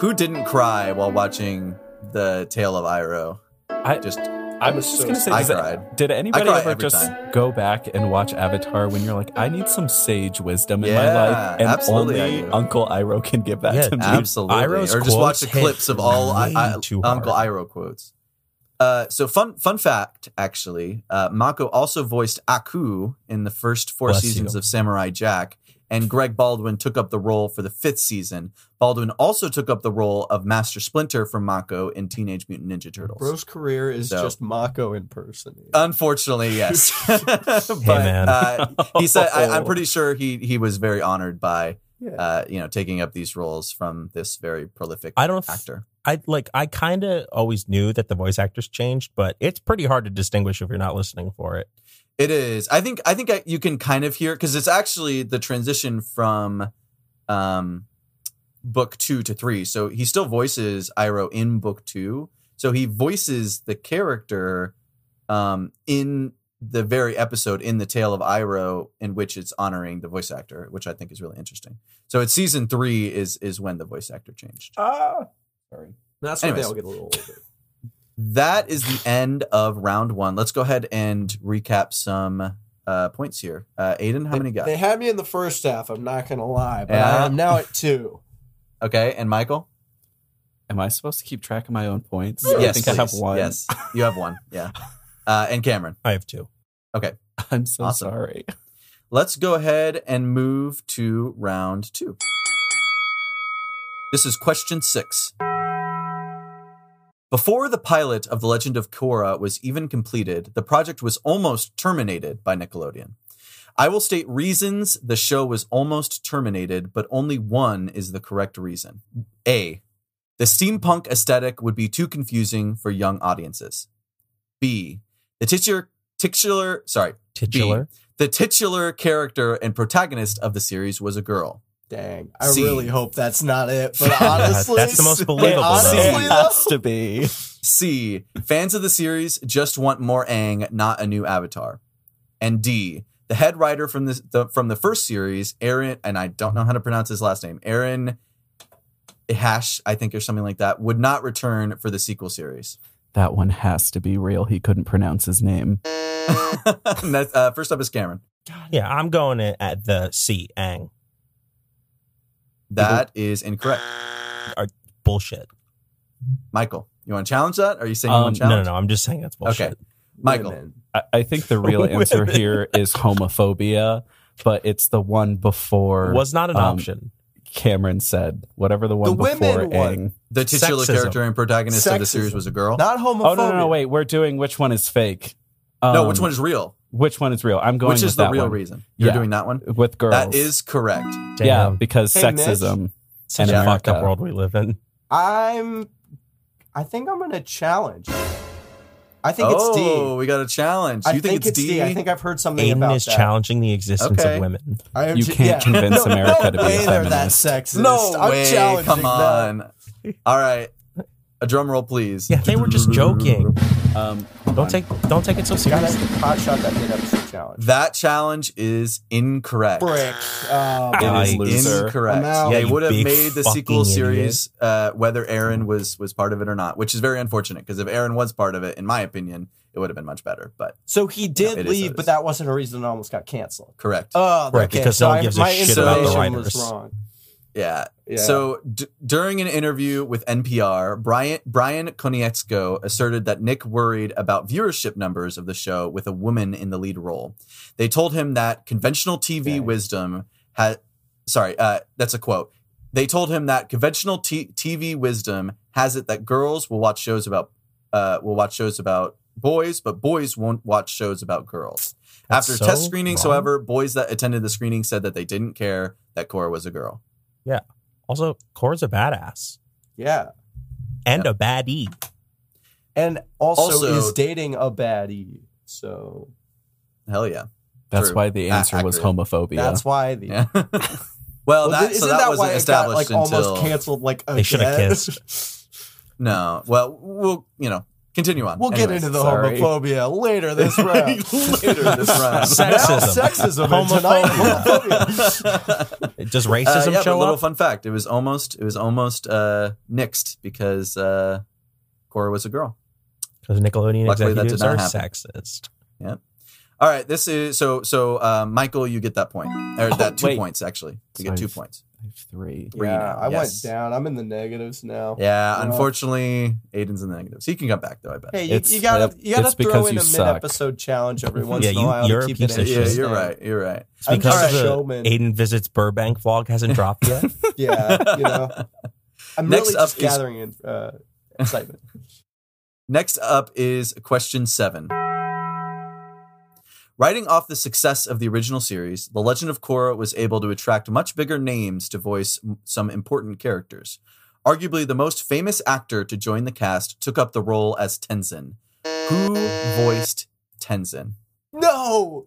Speaker 1: who didn't cry while watching the Tale of Iroh?
Speaker 3: I-
Speaker 1: just
Speaker 3: I was just gonna say,
Speaker 1: I
Speaker 3: does it-
Speaker 1: cried.
Speaker 3: did anybody
Speaker 1: cry
Speaker 3: ever
Speaker 1: every
Speaker 3: just
Speaker 1: time.
Speaker 3: go back and watch Avatar when you're like, I need some sage wisdom in my
Speaker 1: Yeah,
Speaker 3: life, and
Speaker 1: absolutely I
Speaker 3: only
Speaker 1: do.
Speaker 3: Uncle Iroh can give that
Speaker 4: Yeah,
Speaker 3: to me.
Speaker 4: absolutely.
Speaker 1: Absolutely.
Speaker 4: Iroh's
Speaker 1: or just watch
Speaker 4: quotes
Speaker 1: the
Speaker 4: hit
Speaker 1: clips of all I,
Speaker 4: way
Speaker 1: I,
Speaker 4: too
Speaker 1: Uncle
Speaker 4: hard.
Speaker 1: Iroh quotes. Uh, so fun fun fact actually, uh, Mako also voiced Aku in the first four
Speaker 4: Bless
Speaker 1: seasons
Speaker 4: you.
Speaker 1: of Samurai Jack, and Greg Baldwin took up the role for the fifth season. Baldwin also took up the role of Master Splinter from Mako in Teenage Mutant Ninja Turtles.
Speaker 2: Bro's career is
Speaker 1: So- Uh,
Speaker 2: just Mako in person.
Speaker 1: Unfortunately, yes. but
Speaker 4: man.
Speaker 1: uh, he said, I,
Speaker 4: Oh.
Speaker 1: "I'm pretty sure he he was very honored by uh, you know taking up these roles from this very prolific
Speaker 4: I don't. Th-
Speaker 1: actor."
Speaker 4: I like. I kind of always knew that the voice actors changed, but it's pretty hard to distinguish if you're not listening for it.
Speaker 1: It is. I think. I think I, you can kind of hear because it's actually the transition from um, book two to three. So he still voices Iroh in book two. So he voices the character um, in the very episode in the Tale of Iroh, in which it's honoring the voice actor, which I think is really interesting. So it's season three is is when the voice actor changed.
Speaker 2: Ah, sorry. That's when
Speaker 1: Anyways.
Speaker 2: they'll get a little older.
Speaker 1: That is the end of round one. Let's go ahead and recap some uh, points here. Uh, Aiden, how many got?
Speaker 2: They had me in the first half. I'm not gonna lie, but
Speaker 1: Yeah.
Speaker 2: I am now at two.
Speaker 1: Okay, and Michael?
Speaker 3: Am I supposed to keep track of my own points? I
Speaker 1: Yes,
Speaker 3: think I have
Speaker 1: please.
Speaker 3: one.
Speaker 1: Yes, you have one. Yeah, uh, and Cameron.
Speaker 4: I have two.
Speaker 3: I'm so
Speaker 1: Awesome.
Speaker 3: sorry.
Speaker 1: Let's go ahead and move to round two. This is question six. Before the pilot of The Legend of Korra was even completed, the project was almost terminated by Nickelodeon. I will state reasons the show was almost terminated, but only one is the correct reason. A. The steampunk aesthetic would be too confusing for young audiences. B. The titular, titular, sorry,
Speaker 4: Titular.
Speaker 1: the titular character and protagonist of the series was a girl.
Speaker 2: Dang, I
Speaker 1: See.
Speaker 2: really hope that's not it. But honestly,
Speaker 4: That's the most believable, though.
Speaker 2: Honestly,
Speaker 1: It
Speaker 2: though,
Speaker 3: has to be.
Speaker 1: C. Fans of the series just want more Aang, not a new avatar. And D. The head writer from this the, from the first series, Aaron, and I don't know how to pronounce his last name, Aaron Hash, I think, or something like that, would not return for the sequel series.
Speaker 3: That one has to be real. He couldn't pronounce his name.
Speaker 1: And that's, uh, first up is Cameron.
Speaker 4: Yeah, I'm going at- at the C, Ang.
Speaker 1: That is incorrect.
Speaker 4: Bullshit.
Speaker 1: Michael, you want to challenge that? Are you saying you
Speaker 3: Um,
Speaker 1: want to
Speaker 4: No, no,
Speaker 1: challenge?
Speaker 4: no. I'm just saying that's bullshit.
Speaker 1: Okay. Michael.
Speaker 2: women.
Speaker 3: I, I think the real answer here is homophobia, but it's the one before
Speaker 4: Was not an
Speaker 3: Um,
Speaker 4: option.
Speaker 3: Cameron said. Whatever the
Speaker 2: The
Speaker 3: one
Speaker 2: women
Speaker 3: before
Speaker 2: one.
Speaker 3: Aang.
Speaker 1: The titular
Speaker 4: Sexism.
Speaker 1: character and protagonist of the series
Speaker 2: Sexism.
Speaker 1: was a girl.
Speaker 2: not homophobia.
Speaker 3: Oh no, no, no, wait. We're doing which one is fake.
Speaker 1: no,
Speaker 3: Um,
Speaker 1: which one is real?
Speaker 3: which one is real? I'm going
Speaker 1: Which
Speaker 3: with
Speaker 1: is the
Speaker 3: that
Speaker 1: real
Speaker 3: one.
Speaker 1: reason? You're
Speaker 3: Yeah.
Speaker 1: doing that one?
Speaker 3: with girls.
Speaker 1: That is correct.
Speaker 4: Damn.
Speaker 3: yeah, because
Speaker 2: Hey, Mitch.
Speaker 3: sexism.
Speaker 4: Such
Speaker 3: and
Speaker 4: a fucked up
Speaker 3: America.
Speaker 4: world we live in.
Speaker 2: I'm. I think I'm gonna challenge. I think it's D.
Speaker 1: oh, we got a challenge.
Speaker 2: I
Speaker 1: You think, it's D?
Speaker 2: I think I've heard something
Speaker 4: Aiden
Speaker 2: about
Speaker 4: is
Speaker 2: that.
Speaker 4: challenging the existence
Speaker 1: Okay.
Speaker 4: of women.
Speaker 2: I am
Speaker 3: You
Speaker 2: ju-
Speaker 3: can't convince
Speaker 2: No,
Speaker 3: America to be
Speaker 2: no
Speaker 3: a
Speaker 2: way they're that
Speaker 3: feminist.
Speaker 2: sexist.
Speaker 1: no
Speaker 2: I'm
Speaker 1: way.
Speaker 2: challenging
Speaker 1: Come
Speaker 2: that.
Speaker 1: on. All right. A drum roll, please.
Speaker 4: Yeah, they were just joking.
Speaker 3: Um,
Speaker 4: Don't take don't take it so
Speaker 2: God, that's
Speaker 4: seriously.
Speaker 2: the hot shot that did episode challenge.
Speaker 1: That challenge is incorrect.
Speaker 2: Brick. Oh,
Speaker 3: It
Speaker 2: God.
Speaker 3: is
Speaker 1: It is
Speaker 3: loser.
Speaker 1: incorrect.
Speaker 2: I'm out.
Speaker 1: they
Speaker 4: Yeah, you
Speaker 1: would have
Speaker 4: big
Speaker 1: made the
Speaker 4: fucking
Speaker 1: sequel
Speaker 4: idiot.
Speaker 1: series uh, whether Aaron was was part of it or not, which is very unfortunate because if Aaron was part of it, in my opinion, it would have been much better. But
Speaker 2: So he
Speaker 1: Yeah,
Speaker 2: did
Speaker 1: it is, it
Speaker 2: leave,
Speaker 1: is.
Speaker 2: but that wasn't a reason it almost got canceled.
Speaker 1: correct.
Speaker 2: Oh,
Speaker 4: Right,
Speaker 2: okay.
Speaker 4: because
Speaker 2: so
Speaker 4: no one
Speaker 2: I-
Speaker 4: gives a
Speaker 2: my
Speaker 4: shit
Speaker 1: about the
Speaker 2: information was
Speaker 4: writers.
Speaker 2: wrong.
Speaker 1: yeah.
Speaker 2: Yeah.
Speaker 1: So d- during an interview with NPR, Brian Brian Konietzko asserted that Nick worried about viewership numbers of the show with a woman in the lead role. They told him that conventional TV
Speaker 2: Okay.
Speaker 1: wisdom had sorry, uh, that's a quote. They told him that conventional t- TV wisdom has it that girls will watch shows about uh, will watch shows about boys, but boys won't watch shows about girls.
Speaker 4: That's
Speaker 1: After
Speaker 4: so
Speaker 1: test screenings,
Speaker 4: wrong.
Speaker 1: however, boys that attended the screening said that they didn't care that Cora was a girl.
Speaker 4: Also, Cora's a badass
Speaker 2: yeah,
Speaker 4: and a baddie.
Speaker 2: and also,
Speaker 1: Also-
Speaker 2: is dating a baddie. So
Speaker 1: Hell yeah.
Speaker 3: that's
Speaker 1: True.
Speaker 3: why the
Speaker 1: A-
Speaker 3: answer was
Speaker 1: accurate.
Speaker 3: homophobia.
Speaker 2: that's why the.
Speaker 1: Yeah. well,
Speaker 2: Well,
Speaker 1: that,
Speaker 2: isn't
Speaker 1: so that,
Speaker 2: that
Speaker 1: wasn't
Speaker 2: why it got
Speaker 1: established
Speaker 2: like
Speaker 1: until
Speaker 2: almost canceled? Like again?
Speaker 4: They shoulda
Speaker 1: no. Well, we'll you know continue on.
Speaker 2: We'll get
Speaker 1: Anyways.
Speaker 2: into the
Speaker 3: sorry.
Speaker 2: homophobia later this round.
Speaker 1: Later this round.
Speaker 2: Sexism. Now sexism. and tonight, homophobia.
Speaker 4: Does
Speaker 1: Uh,
Speaker 4: racism
Speaker 1: yeah, but
Speaker 4: show
Speaker 1: little
Speaker 4: up?
Speaker 1: fun fact: it was almost it was almost uh, nixed because uh, Cora was a girl.
Speaker 4: Because Nickelodeon
Speaker 1: Luckily, that did
Speaker 4: executives
Speaker 1: not
Speaker 4: are
Speaker 1: happen.
Speaker 4: sexist.
Speaker 1: All right, this is so so. Uh, Michael, you get that point or that two
Speaker 3: wait.
Speaker 1: points actually. You get
Speaker 3: Sorry.
Speaker 1: two points.
Speaker 3: I have three.
Speaker 1: Three
Speaker 2: yeah,
Speaker 1: now,
Speaker 2: I
Speaker 1: yes.
Speaker 2: went down. I'm in the negatives now.
Speaker 1: Yeah,
Speaker 2: Well-
Speaker 1: unfortunately, Aiden's in the negatives. He can come back though. I bet.
Speaker 2: Hey, you,
Speaker 3: It's-
Speaker 2: you gotta you gotta
Speaker 3: it's because
Speaker 2: throw in
Speaker 3: you
Speaker 2: a
Speaker 3: suck.
Speaker 2: mid-episode challenge every once
Speaker 4: Yeah,
Speaker 2: in a
Speaker 4: you-
Speaker 2: while
Speaker 4: you're a
Speaker 2: to keep
Speaker 4: piece
Speaker 2: it
Speaker 4: of
Speaker 1: yeah,
Speaker 4: shit.
Speaker 2: interesting.
Speaker 1: you're right. You're right.
Speaker 4: It's
Speaker 2: I'm
Speaker 4: because
Speaker 2: just a
Speaker 4: the
Speaker 2: showman.
Speaker 4: Aiden visits Burbank vlog hasn't dropped yet.
Speaker 2: Yeah, you know. I'm
Speaker 1: Next
Speaker 2: really
Speaker 1: up
Speaker 2: just
Speaker 1: is-
Speaker 2: gathering in, uh, excitement.
Speaker 1: Next up is question seven. Writing off the success of the original series, The Legend of Korra was able to attract much bigger names to voice m- some important characters. Arguably, the most famous actor to join the cast took up the role as Tenzin. Who voiced Tenzin?
Speaker 2: no.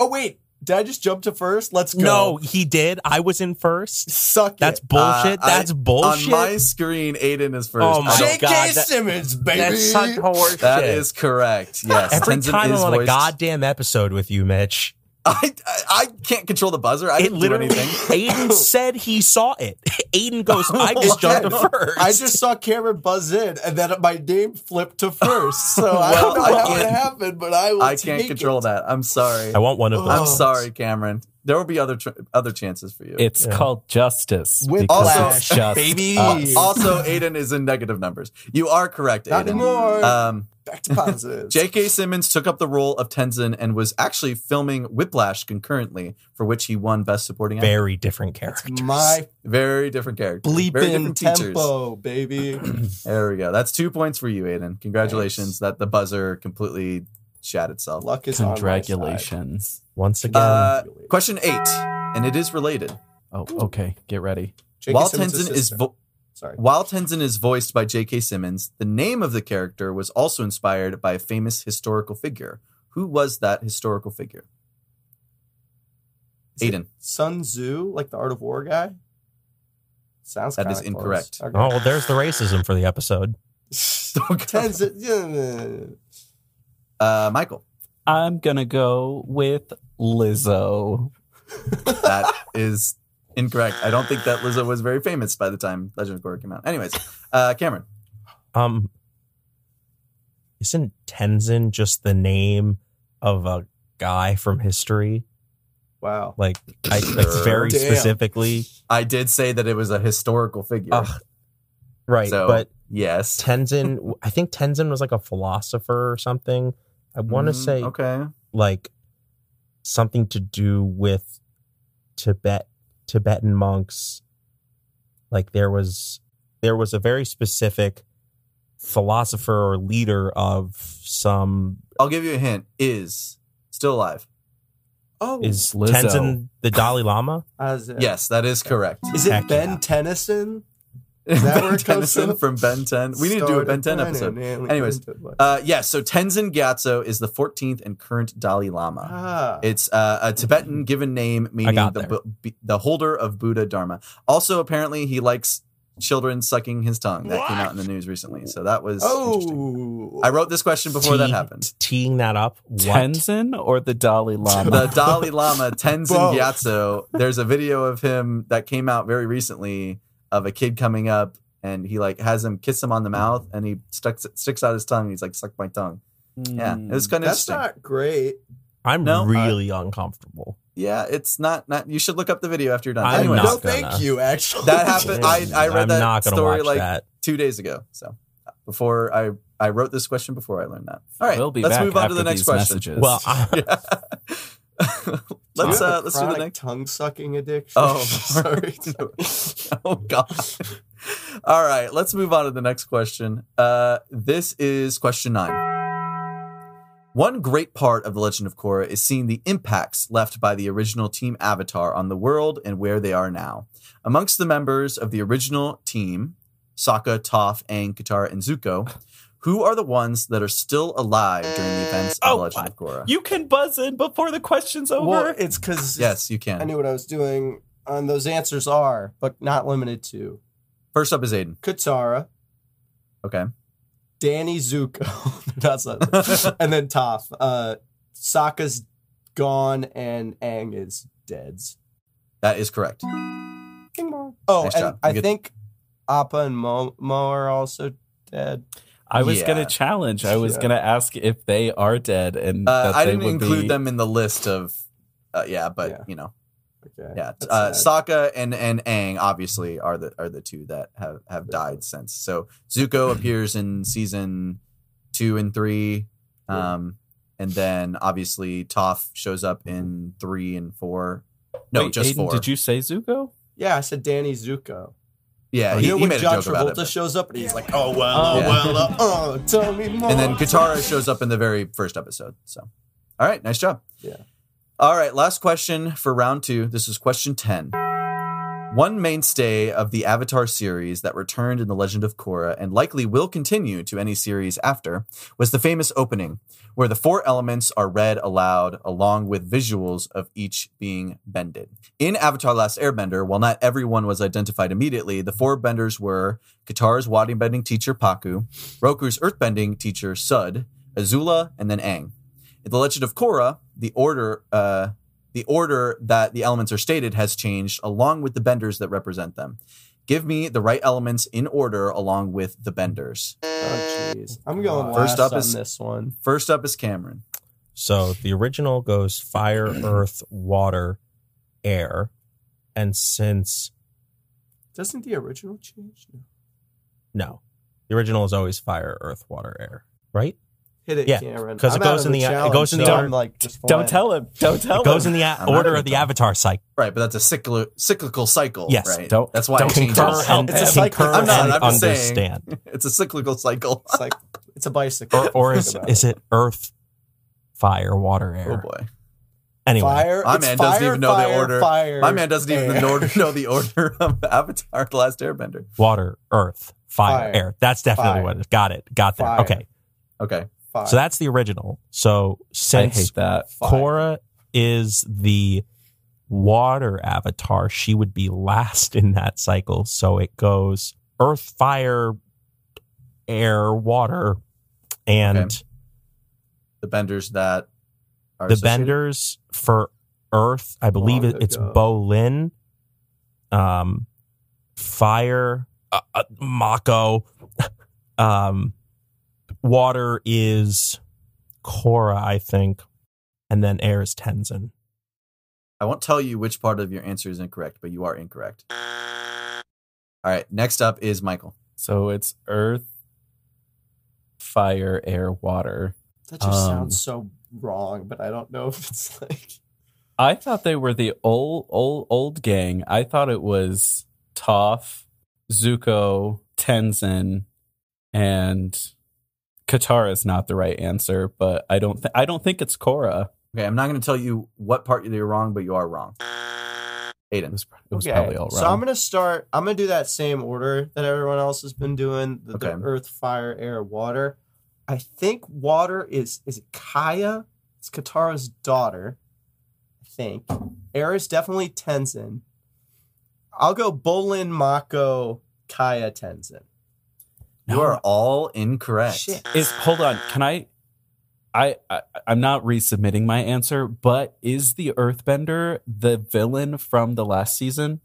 Speaker 2: Oh wait, did I just jump to first? Let's go.
Speaker 4: no, he did. I was in first.
Speaker 2: suck
Speaker 4: That's
Speaker 2: it.
Speaker 4: bullshit.
Speaker 1: Uh, I-
Speaker 4: That's bullshit.
Speaker 1: On my screen, Aiden is first.
Speaker 4: Oh my
Speaker 1: I don't-
Speaker 4: God.
Speaker 2: J.K.
Speaker 4: that-
Speaker 2: Simmons, baby.
Speaker 4: That's such horseshit.
Speaker 1: That is correct. Yes.
Speaker 4: Every
Speaker 1: Tenzin
Speaker 4: time I'm
Speaker 1: is
Speaker 4: on a
Speaker 1: voiced-
Speaker 4: goddamn episode with you, Mitch,
Speaker 1: I, I, I can't control the buzzer. I
Speaker 4: it
Speaker 1: didn't
Speaker 4: literally
Speaker 1: do anything.
Speaker 4: Aiden said he saw it. Aiden goes, "I
Speaker 1: Oh,
Speaker 4: just jumped to first.
Speaker 2: I just saw Cameron buzz in, and then my name flipped to first. So I
Speaker 1: Well,
Speaker 2: don't know
Speaker 1: I
Speaker 2: how it
Speaker 1: can't-
Speaker 2: happened, but I will.
Speaker 1: I can't
Speaker 2: take
Speaker 1: control
Speaker 2: it.
Speaker 1: that. I'm sorry.
Speaker 4: I want one of
Speaker 2: Ugh.
Speaker 4: those.
Speaker 1: I'm sorry, Cameron. there will be other tr- other chances for you.
Speaker 3: It's
Speaker 4: Yeah.
Speaker 3: called justice.
Speaker 2: With
Speaker 3: because
Speaker 1: also-
Speaker 3: it's just
Speaker 2: baby.
Speaker 3: us.
Speaker 1: Uh, also, Aiden is in negative numbers. You are correct,
Speaker 2: Not
Speaker 1: Aiden.
Speaker 2: anymore.
Speaker 1: Um,
Speaker 2: Back to positives.
Speaker 1: J.K. Simmons took up the role of Tenzin and was actually filming Whiplash concurrently, for which he won Best Supporting Actor.
Speaker 4: Very different characters.
Speaker 2: my
Speaker 1: Very different character. Very
Speaker 2: bleeping
Speaker 1: different features.
Speaker 2: tempo, baby.
Speaker 1: There we go. That's two points for you, Aiden. Congratulations. That the buzzer completely shat itself.
Speaker 2: Luck is
Speaker 3: Congratulations.
Speaker 4: Once again,
Speaker 1: Uh,
Speaker 2: on my side.
Speaker 1: Question eight, and it is related.
Speaker 3: Oh, okay. Get ready.
Speaker 2: J.K.
Speaker 1: While
Speaker 2: Simmons'
Speaker 1: Tenzin is
Speaker 2: sister.
Speaker 1: vo-
Speaker 2: sorry.
Speaker 1: while Tenzin is voiced by J.K. Simmons, the name of the character was also inspired by a famous historical figure. Who was that historical figure?
Speaker 2: Is it
Speaker 1: Aiden.
Speaker 2: Sun Tzu, like the Art of War guy. Sounds
Speaker 1: That
Speaker 2: kinda
Speaker 1: is
Speaker 2: close.
Speaker 1: incorrect.
Speaker 2: Okay.
Speaker 4: oh, well, there's the racism for the episode.
Speaker 2: Tenzin. yeah.
Speaker 1: Uh, Michael.
Speaker 3: I'm gonna go with Lizzo.
Speaker 1: That is incorrect. I don't think that Lizzo was very famous by the time Legend of Korra came out. Anyways, uh, Cameron.
Speaker 4: Um, isn't Tenzin just the name of a guy from history?
Speaker 2: Wow.
Speaker 4: Like, I, that's very
Speaker 2: Damn.
Speaker 4: specifically
Speaker 1: I did say that it was a historical figure.
Speaker 2: Oh,
Speaker 4: Ugh, right.
Speaker 1: So-
Speaker 4: But
Speaker 1: yes.
Speaker 4: Tenzin, I think Tenzin was like a philosopher or something. I want to
Speaker 1: Mm,
Speaker 4: say
Speaker 1: Okay.
Speaker 4: like something to do with Tibet Tibetan monks. Like there was there was a very specific philosopher or leader of some
Speaker 1: I'll give you a hint. Is still alive.
Speaker 2: Oh,
Speaker 4: is
Speaker 3: Lizzo.
Speaker 4: Tenzin the Dalai Lama?
Speaker 2: as in-
Speaker 1: Yes, that is correct.
Speaker 2: Is it
Speaker 4: Heck
Speaker 2: Ben
Speaker 4: yeah.
Speaker 2: Tennyson? Is that where
Speaker 1: ben
Speaker 2: it comes
Speaker 1: Tennyson from
Speaker 2: from?
Speaker 1: Ben 10. We need to do a
Speaker 2: Started
Speaker 1: Ben 10
Speaker 2: planning,
Speaker 1: episode.
Speaker 2: man. We
Speaker 1: Anyways,
Speaker 2: couldn't do it.
Speaker 1: Uh, yes, so Tenzin Gyatso is the 14th and current Dalai Lama.
Speaker 2: ah,
Speaker 1: It's uh, a Tibetan given name meaning
Speaker 4: got
Speaker 1: the,
Speaker 4: there.
Speaker 1: bu- b- the holder of Buddha Dharma. Also, apparently, he likes children sucking his tongue. That came out in the news recently. So that was interesting.
Speaker 2: oh,
Speaker 1: I wrote this question before that
Speaker 4: Tee-
Speaker 1: happened.
Speaker 4: Teeing that up. What?
Speaker 3: Tenzin or the Dalai Lama?
Speaker 1: the Dalai Lama Tenzin
Speaker 2: Both.
Speaker 1: Gyatso. There's a video of him that came out very recently of a kid coming up and he like has him kiss him on the mouth and he sticks sticks out his tongue. And he's like, "Suck my tongue." Yeah, it was kind of
Speaker 2: Hmm. that's
Speaker 1: interesting.
Speaker 2: not great.
Speaker 4: I'm
Speaker 1: No, uh, I-
Speaker 4: really uncomfortable.
Speaker 1: yeah, it's not not. You should look up the video after you're done.
Speaker 4: I'm
Speaker 1: Anyway,
Speaker 4: not
Speaker 2: no,
Speaker 4: gonna.
Speaker 2: thank you. Actually,
Speaker 1: That happened- I- I read
Speaker 4: am
Speaker 1: that
Speaker 4: not gonna
Speaker 1: story,
Speaker 4: watch
Speaker 1: like,
Speaker 4: that.
Speaker 1: two days ago. So before I I wrote this question before I learned that. All right,
Speaker 3: we'll be
Speaker 1: let's
Speaker 3: back
Speaker 1: move on to
Speaker 3: after
Speaker 1: the next
Speaker 3: these
Speaker 1: question.
Speaker 3: Messages.
Speaker 4: Well, I,
Speaker 1: Yeah.
Speaker 2: Do you
Speaker 1: let's
Speaker 2: have a
Speaker 1: uh, let's do the
Speaker 2: chronic
Speaker 1: next.
Speaker 2: tongue sucking addiction.
Speaker 1: Oh,
Speaker 2: sorry.
Speaker 1: oh God. All right, let's move on to the next question. Uh, this is question nine. One great part of the Legend of Korra is seeing the impacts left by the original team Avatar on the world and where they are now. Amongst the members of the original team, Sokka, Toph, Aang, Katara, and Zuko, who are the ones that are still alive during the events of
Speaker 3: Oh,
Speaker 1: the Legend of Korra?
Speaker 3: you can buzz in before the question's over.
Speaker 2: well, it's because
Speaker 1: yes, you
Speaker 2: I
Speaker 1: can.
Speaker 2: knew what I was doing. And those answers are, but not limited to
Speaker 1: First up is Aiden.
Speaker 2: Katara,
Speaker 1: Okay.
Speaker 2: Danny Zuko, that's not- and then Toph. Uh, Sokka's gone and Aang is dead.
Speaker 1: That is correct.
Speaker 2: Ding dong. Oh,
Speaker 1: Nice
Speaker 2: and
Speaker 1: job.
Speaker 2: I
Speaker 1: You get-
Speaker 2: think Appa and Mo, Mo are also dead.
Speaker 3: I was
Speaker 1: Yeah.
Speaker 3: gonna challenge. I was
Speaker 2: Yeah.
Speaker 3: gonna ask if they are dead and
Speaker 1: Uh,
Speaker 3: that
Speaker 1: I
Speaker 3: they
Speaker 1: didn't
Speaker 3: would
Speaker 1: include
Speaker 3: be-
Speaker 1: them in the list of, uh, yeah, but
Speaker 2: Yeah.
Speaker 1: you know,
Speaker 2: Okay.
Speaker 1: yeah,
Speaker 2: That's
Speaker 1: uh,
Speaker 2: sad.
Speaker 1: Sokka and and Aang obviously are the are the two that have have died since. So Zuko appears in season two and three, um, and then obviously Toph shows up in three and four. No,
Speaker 3: Wait,
Speaker 1: just
Speaker 3: Aiden,
Speaker 1: four.
Speaker 3: Did you say Zuko?
Speaker 2: yeah, I said Danny Zuko.
Speaker 1: Yeah, he,
Speaker 2: Oh, you know
Speaker 1: he
Speaker 2: when
Speaker 1: made a
Speaker 2: John
Speaker 1: joke about it.
Speaker 2: Travolta
Speaker 1: but-
Speaker 2: shows up and he's like, "Oh well,
Speaker 3: Oh,
Speaker 2: oh
Speaker 1: Yeah.
Speaker 2: well, uh, oh, tell me more."
Speaker 1: and then Katara shows up in the very first episode. So, all right, nice job.
Speaker 2: Yeah.
Speaker 1: All right, last question for round two. This is question 10. One mainstay of the Avatar series that returned in The Legend of Korra and likely will continue to any series after was the famous opening, where the four elements are read aloud along with visuals of each being bended. In Avatar Last Airbender, while not everyone was identified immediately, the four benders were Katara's Wadi bending teacher Paku, Roku's earthbending teacher Sud, Azula, and then Aang. In The Legend of Korra, the order uh, the order that the elements are stated has changed along with the benders that represent them. Give me the right elements in order along with the benders.
Speaker 2: Oh, jeez. I'm going
Speaker 1: First
Speaker 2: first
Speaker 1: up
Speaker 2: up on
Speaker 1: is-
Speaker 2: this one.
Speaker 1: First up is Cameron.
Speaker 4: So the original goes fire, earth, water, air, and since
Speaker 2: Doesn't the original change? No.
Speaker 4: no, the original is always fire, earth, water, air, right?
Speaker 2: Hit it,
Speaker 4: Yeah,
Speaker 2: Cameron.
Speaker 4: 'cause it
Speaker 2: I'm out
Speaker 4: goes
Speaker 2: of
Speaker 4: in the- it
Speaker 2: challenge,
Speaker 4: goes in the
Speaker 2: so
Speaker 4: order-
Speaker 2: I'm like, just
Speaker 3: Don't
Speaker 2: fine.
Speaker 3: tell him. Don't tell
Speaker 4: It goes
Speaker 3: him.
Speaker 4: in the a-
Speaker 1: Oh, I'm not
Speaker 4: order of
Speaker 1: gonna
Speaker 4: the
Speaker 1: tell him.
Speaker 4: avatar cycle.
Speaker 1: Right, but that's a cyclical, cyclical cycle.
Speaker 4: Yes,
Speaker 1: right?
Speaker 3: don't-
Speaker 1: that's why
Speaker 3: don't
Speaker 1: it changes.
Speaker 3: concur and-
Speaker 1: it's, a
Speaker 3: and-
Speaker 1: cycle.
Speaker 4: concur
Speaker 1: I'm not.
Speaker 4: and
Speaker 1: I'm just saying
Speaker 4: understand.
Speaker 1: it's a cyclical cycle.
Speaker 2: It's like it's a bicycle.
Speaker 4: Or, or is
Speaker 2: Think about
Speaker 4: is it earth, fire, water,
Speaker 1: Oh
Speaker 4: air?
Speaker 1: boy,
Speaker 4: anyway,
Speaker 2: Fire.
Speaker 1: My
Speaker 2: it's
Speaker 1: man doesn't
Speaker 2: fire,
Speaker 1: even know the
Speaker 2: fire,
Speaker 1: order.
Speaker 2: Fire,
Speaker 1: my man doesn't even
Speaker 2: air.
Speaker 1: know, know the order of Avatar: The Last Airbender.
Speaker 4: water, earth, fire,
Speaker 2: Fire.
Speaker 4: air. That's definitely
Speaker 2: Fire.
Speaker 4: what it is. Got it. Got there.
Speaker 2: Fire.
Speaker 4: Okay.
Speaker 1: Okay,
Speaker 2: Fire.
Speaker 4: So that's the original. So
Speaker 3: I
Speaker 4: since
Speaker 3: hate that.
Speaker 2: Fire.
Speaker 4: Korra is the water avatar. She would be last in that cycle. So it goes earth, fire, air, water, and
Speaker 1: Okay. the benders that are
Speaker 4: the
Speaker 1: associated-
Speaker 4: benders for earth. I believe
Speaker 2: Long
Speaker 4: it, it's
Speaker 2: ago.
Speaker 4: Bolin, um, fire, uh, uh, Mako, um, water is Korra, I think, and then air is Tenzin.
Speaker 1: I won't tell you which part of your answer is incorrect, but you are incorrect. All right, next up is Michael.
Speaker 3: So it's earth, fire, air, water.
Speaker 2: that just
Speaker 3: um,
Speaker 2: sounds so wrong, but I don't know if it's like
Speaker 3: I thought they were the old old old gang. I thought it was Toph, Zuko, Tenzin, and Katara is not the right answer, but I don't th- I don't think it's Korra.
Speaker 1: Okay, I'm not going to tell you what part you're wrong, but you are wrong.
Speaker 3: It
Speaker 1: Aiden.
Speaker 3: was, it was probably all wrong.
Speaker 2: So I'm gonna start. I'm gonna do that same order that everyone else has been doing: the, the
Speaker 1: Okay.
Speaker 2: earth, fire, air, water. I think water is is it Kaya? It's Katara's daughter. I think air is definitely Tenzin. I'll go Bolin, Mako, Kaya, Tenzin.
Speaker 1: You are all incorrect.
Speaker 2: Shit.
Speaker 3: is hold on can i I, I i'm not resubmitting my answer but is the earthbender the villain from the last season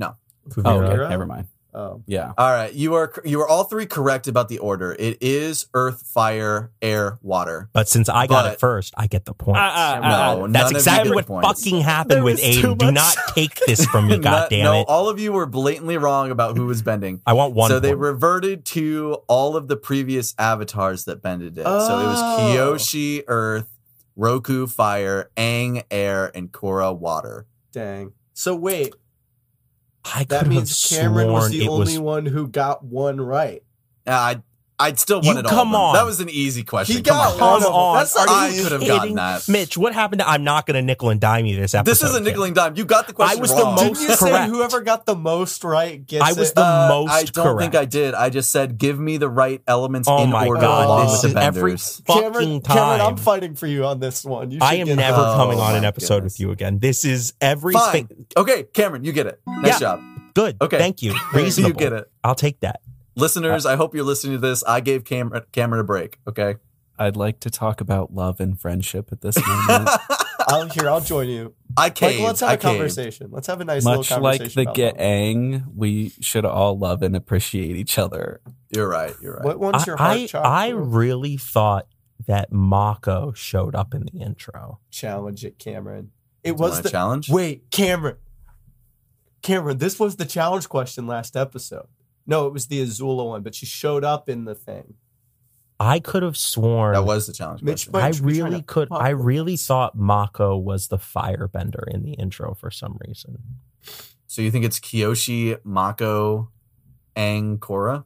Speaker 3: oh okay,
Speaker 2: Kuvira?
Speaker 3: never mind
Speaker 2: Oh,
Speaker 3: yeah
Speaker 1: All right, you are you are all three correct about the order. It is earth, fire, air, water.
Speaker 4: But since I got
Speaker 1: But-
Speaker 4: it first, I get the
Speaker 2: Uh,
Speaker 4: point.
Speaker 3: Ah, ah,
Speaker 1: No,
Speaker 3: ah.
Speaker 1: none of
Speaker 4: That's
Speaker 1: you
Speaker 4: exactly
Speaker 1: get
Speaker 4: what
Speaker 1: points.
Speaker 4: fucking
Speaker 3: There
Speaker 4: happened with
Speaker 3: was too
Speaker 4: Aiden. Do
Speaker 3: much.
Speaker 4: not take this from me,
Speaker 1: Not-
Speaker 4: goddamn
Speaker 1: no,
Speaker 4: it!
Speaker 1: all of you were blatantly wrong about who was bending.
Speaker 4: I want one.
Speaker 1: so they
Speaker 4: point.
Speaker 1: reverted to all of the previous avatars that bended it. So it was
Speaker 2: Oh.
Speaker 1: Kyoshi Earth, Roku Fire, Aang Air, and Korra Water.
Speaker 2: dang. So wait,
Speaker 4: I could
Speaker 2: that
Speaker 4: have
Speaker 2: means Cameron
Speaker 4: sworn
Speaker 2: was the
Speaker 4: it
Speaker 2: only
Speaker 4: was
Speaker 2: one who got one right.
Speaker 1: Uh, I I'd still
Speaker 4: You
Speaker 1: want it all.
Speaker 4: come
Speaker 1: of them.
Speaker 4: on.
Speaker 1: That was an easy question.
Speaker 2: He
Speaker 1: come
Speaker 2: got
Speaker 1: on.
Speaker 2: all of
Speaker 4: Come
Speaker 2: them.
Speaker 4: on.
Speaker 2: That's
Speaker 1: Are
Speaker 2: not
Speaker 1: I
Speaker 2: easy.
Speaker 1: could have
Speaker 4: kidding?
Speaker 1: gotten that.
Speaker 4: Mitch, what happened? To, I'm not going to nickel and dime you this episode.
Speaker 1: this is a
Speaker 4: Kim.
Speaker 1: nickel and dime. You got the question.
Speaker 4: I was the
Speaker 1: wrong.
Speaker 4: most
Speaker 2: Didn't you say
Speaker 4: correct.
Speaker 2: whoever got the most right gets
Speaker 4: I was
Speaker 2: it?
Speaker 4: the
Speaker 1: Uh,
Speaker 4: most
Speaker 1: I don't
Speaker 4: correct.
Speaker 1: think I did. I just said give me the right elements
Speaker 4: Oh
Speaker 1: in
Speaker 4: my
Speaker 1: order
Speaker 4: God,
Speaker 1: along
Speaker 2: this
Speaker 1: with the
Speaker 4: is every-
Speaker 1: benders.
Speaker 4: fucking
Speaker 2: Cameron,
Speaker 4: time.
Speaker 2: Cameron, I'm fighting for you on this one. You
Speaker 4: I
Speaker 2: should
Speaker 4: am
Speaker 2: get
Speaker 4: never
Speaker 2: that.
Speaker 1: Oh
Speaker 4: coming on an
Speaker 1: my
Speaker 4: episode
Speaker 1: goodness.
Speaker 4: with you again. This is everything.
Speaker 1: Okay, Cameron, you get it. Nice
Speaker 4: Yeah.
Speaker 1: job.
Speaker 4: Good.
Speaker 1: Okay.
Speaker 4: Thank you. Reasonable.
Speaker 1: You get it.
Speaker 4: I'll take that.
Speaker 1: Listeners,
Speaker 2: Uh,
Speaker 1: I hope you're listening to this. I gave Cameron Cameron a break. Okay.
Speaker 3: i'd like to talk about love and friendship at this moment
Speaker 2: I'll here. I'll join you.
Speaker 1: I caved.
Speaker 2: Like, let's have
Speaker 1: I
Speaker 2: a
Speaker 1: caved.
Speaker 2: conversation. Let's have a nice
Speaker 3: much
Speaker 2: little
Speaker 3: like
Speaker 2: conversation.
Speaker 3: the
Speaker 2: about that.
Speaker 3: Ge'ang, we should all love and appreciate each other
Speaker 1: You're right. You're right.
Speaker 2: What
Speaker 4: I,
Speaker 2: one's your heart
Speaker 4: I,
Speaker 2: chopped
Speaker 4: I
Speaker 2: for?
Speaker 4: really thought that Mako showed up in the intro.
Speaker 2: challenge it, Cameron.
Speaker 1: Do
Speaker 2: It
Speaker 1: you
Speaker 2: was
Speaker 1: want
Speaker 2: the
Speaker 1: a challenge?
Speaker 2: wait, Cameron. Cameron, this was the challenge question last episode. No, it was the Azula one, but she showed up in the thing.
Speaker 4: I could have sworn.
Speaker 1: That was the challenge.
Speaker 2: Mitch,
Speaker 1: question.
Speaker 2: but-
Speaker 4: I
Speaker 2: Mitch, we're trying
Speaker 4: really
Speaker 2: to
Speaker 4: could.
Speaker 2: fuck
Speaker 4: I
Speaker 2: with
Speaker 4: really thought Mako was the firebender in the intro for some reason.
Speaker 1: so you think it's Kyoshi, Mako, Aang, Korra?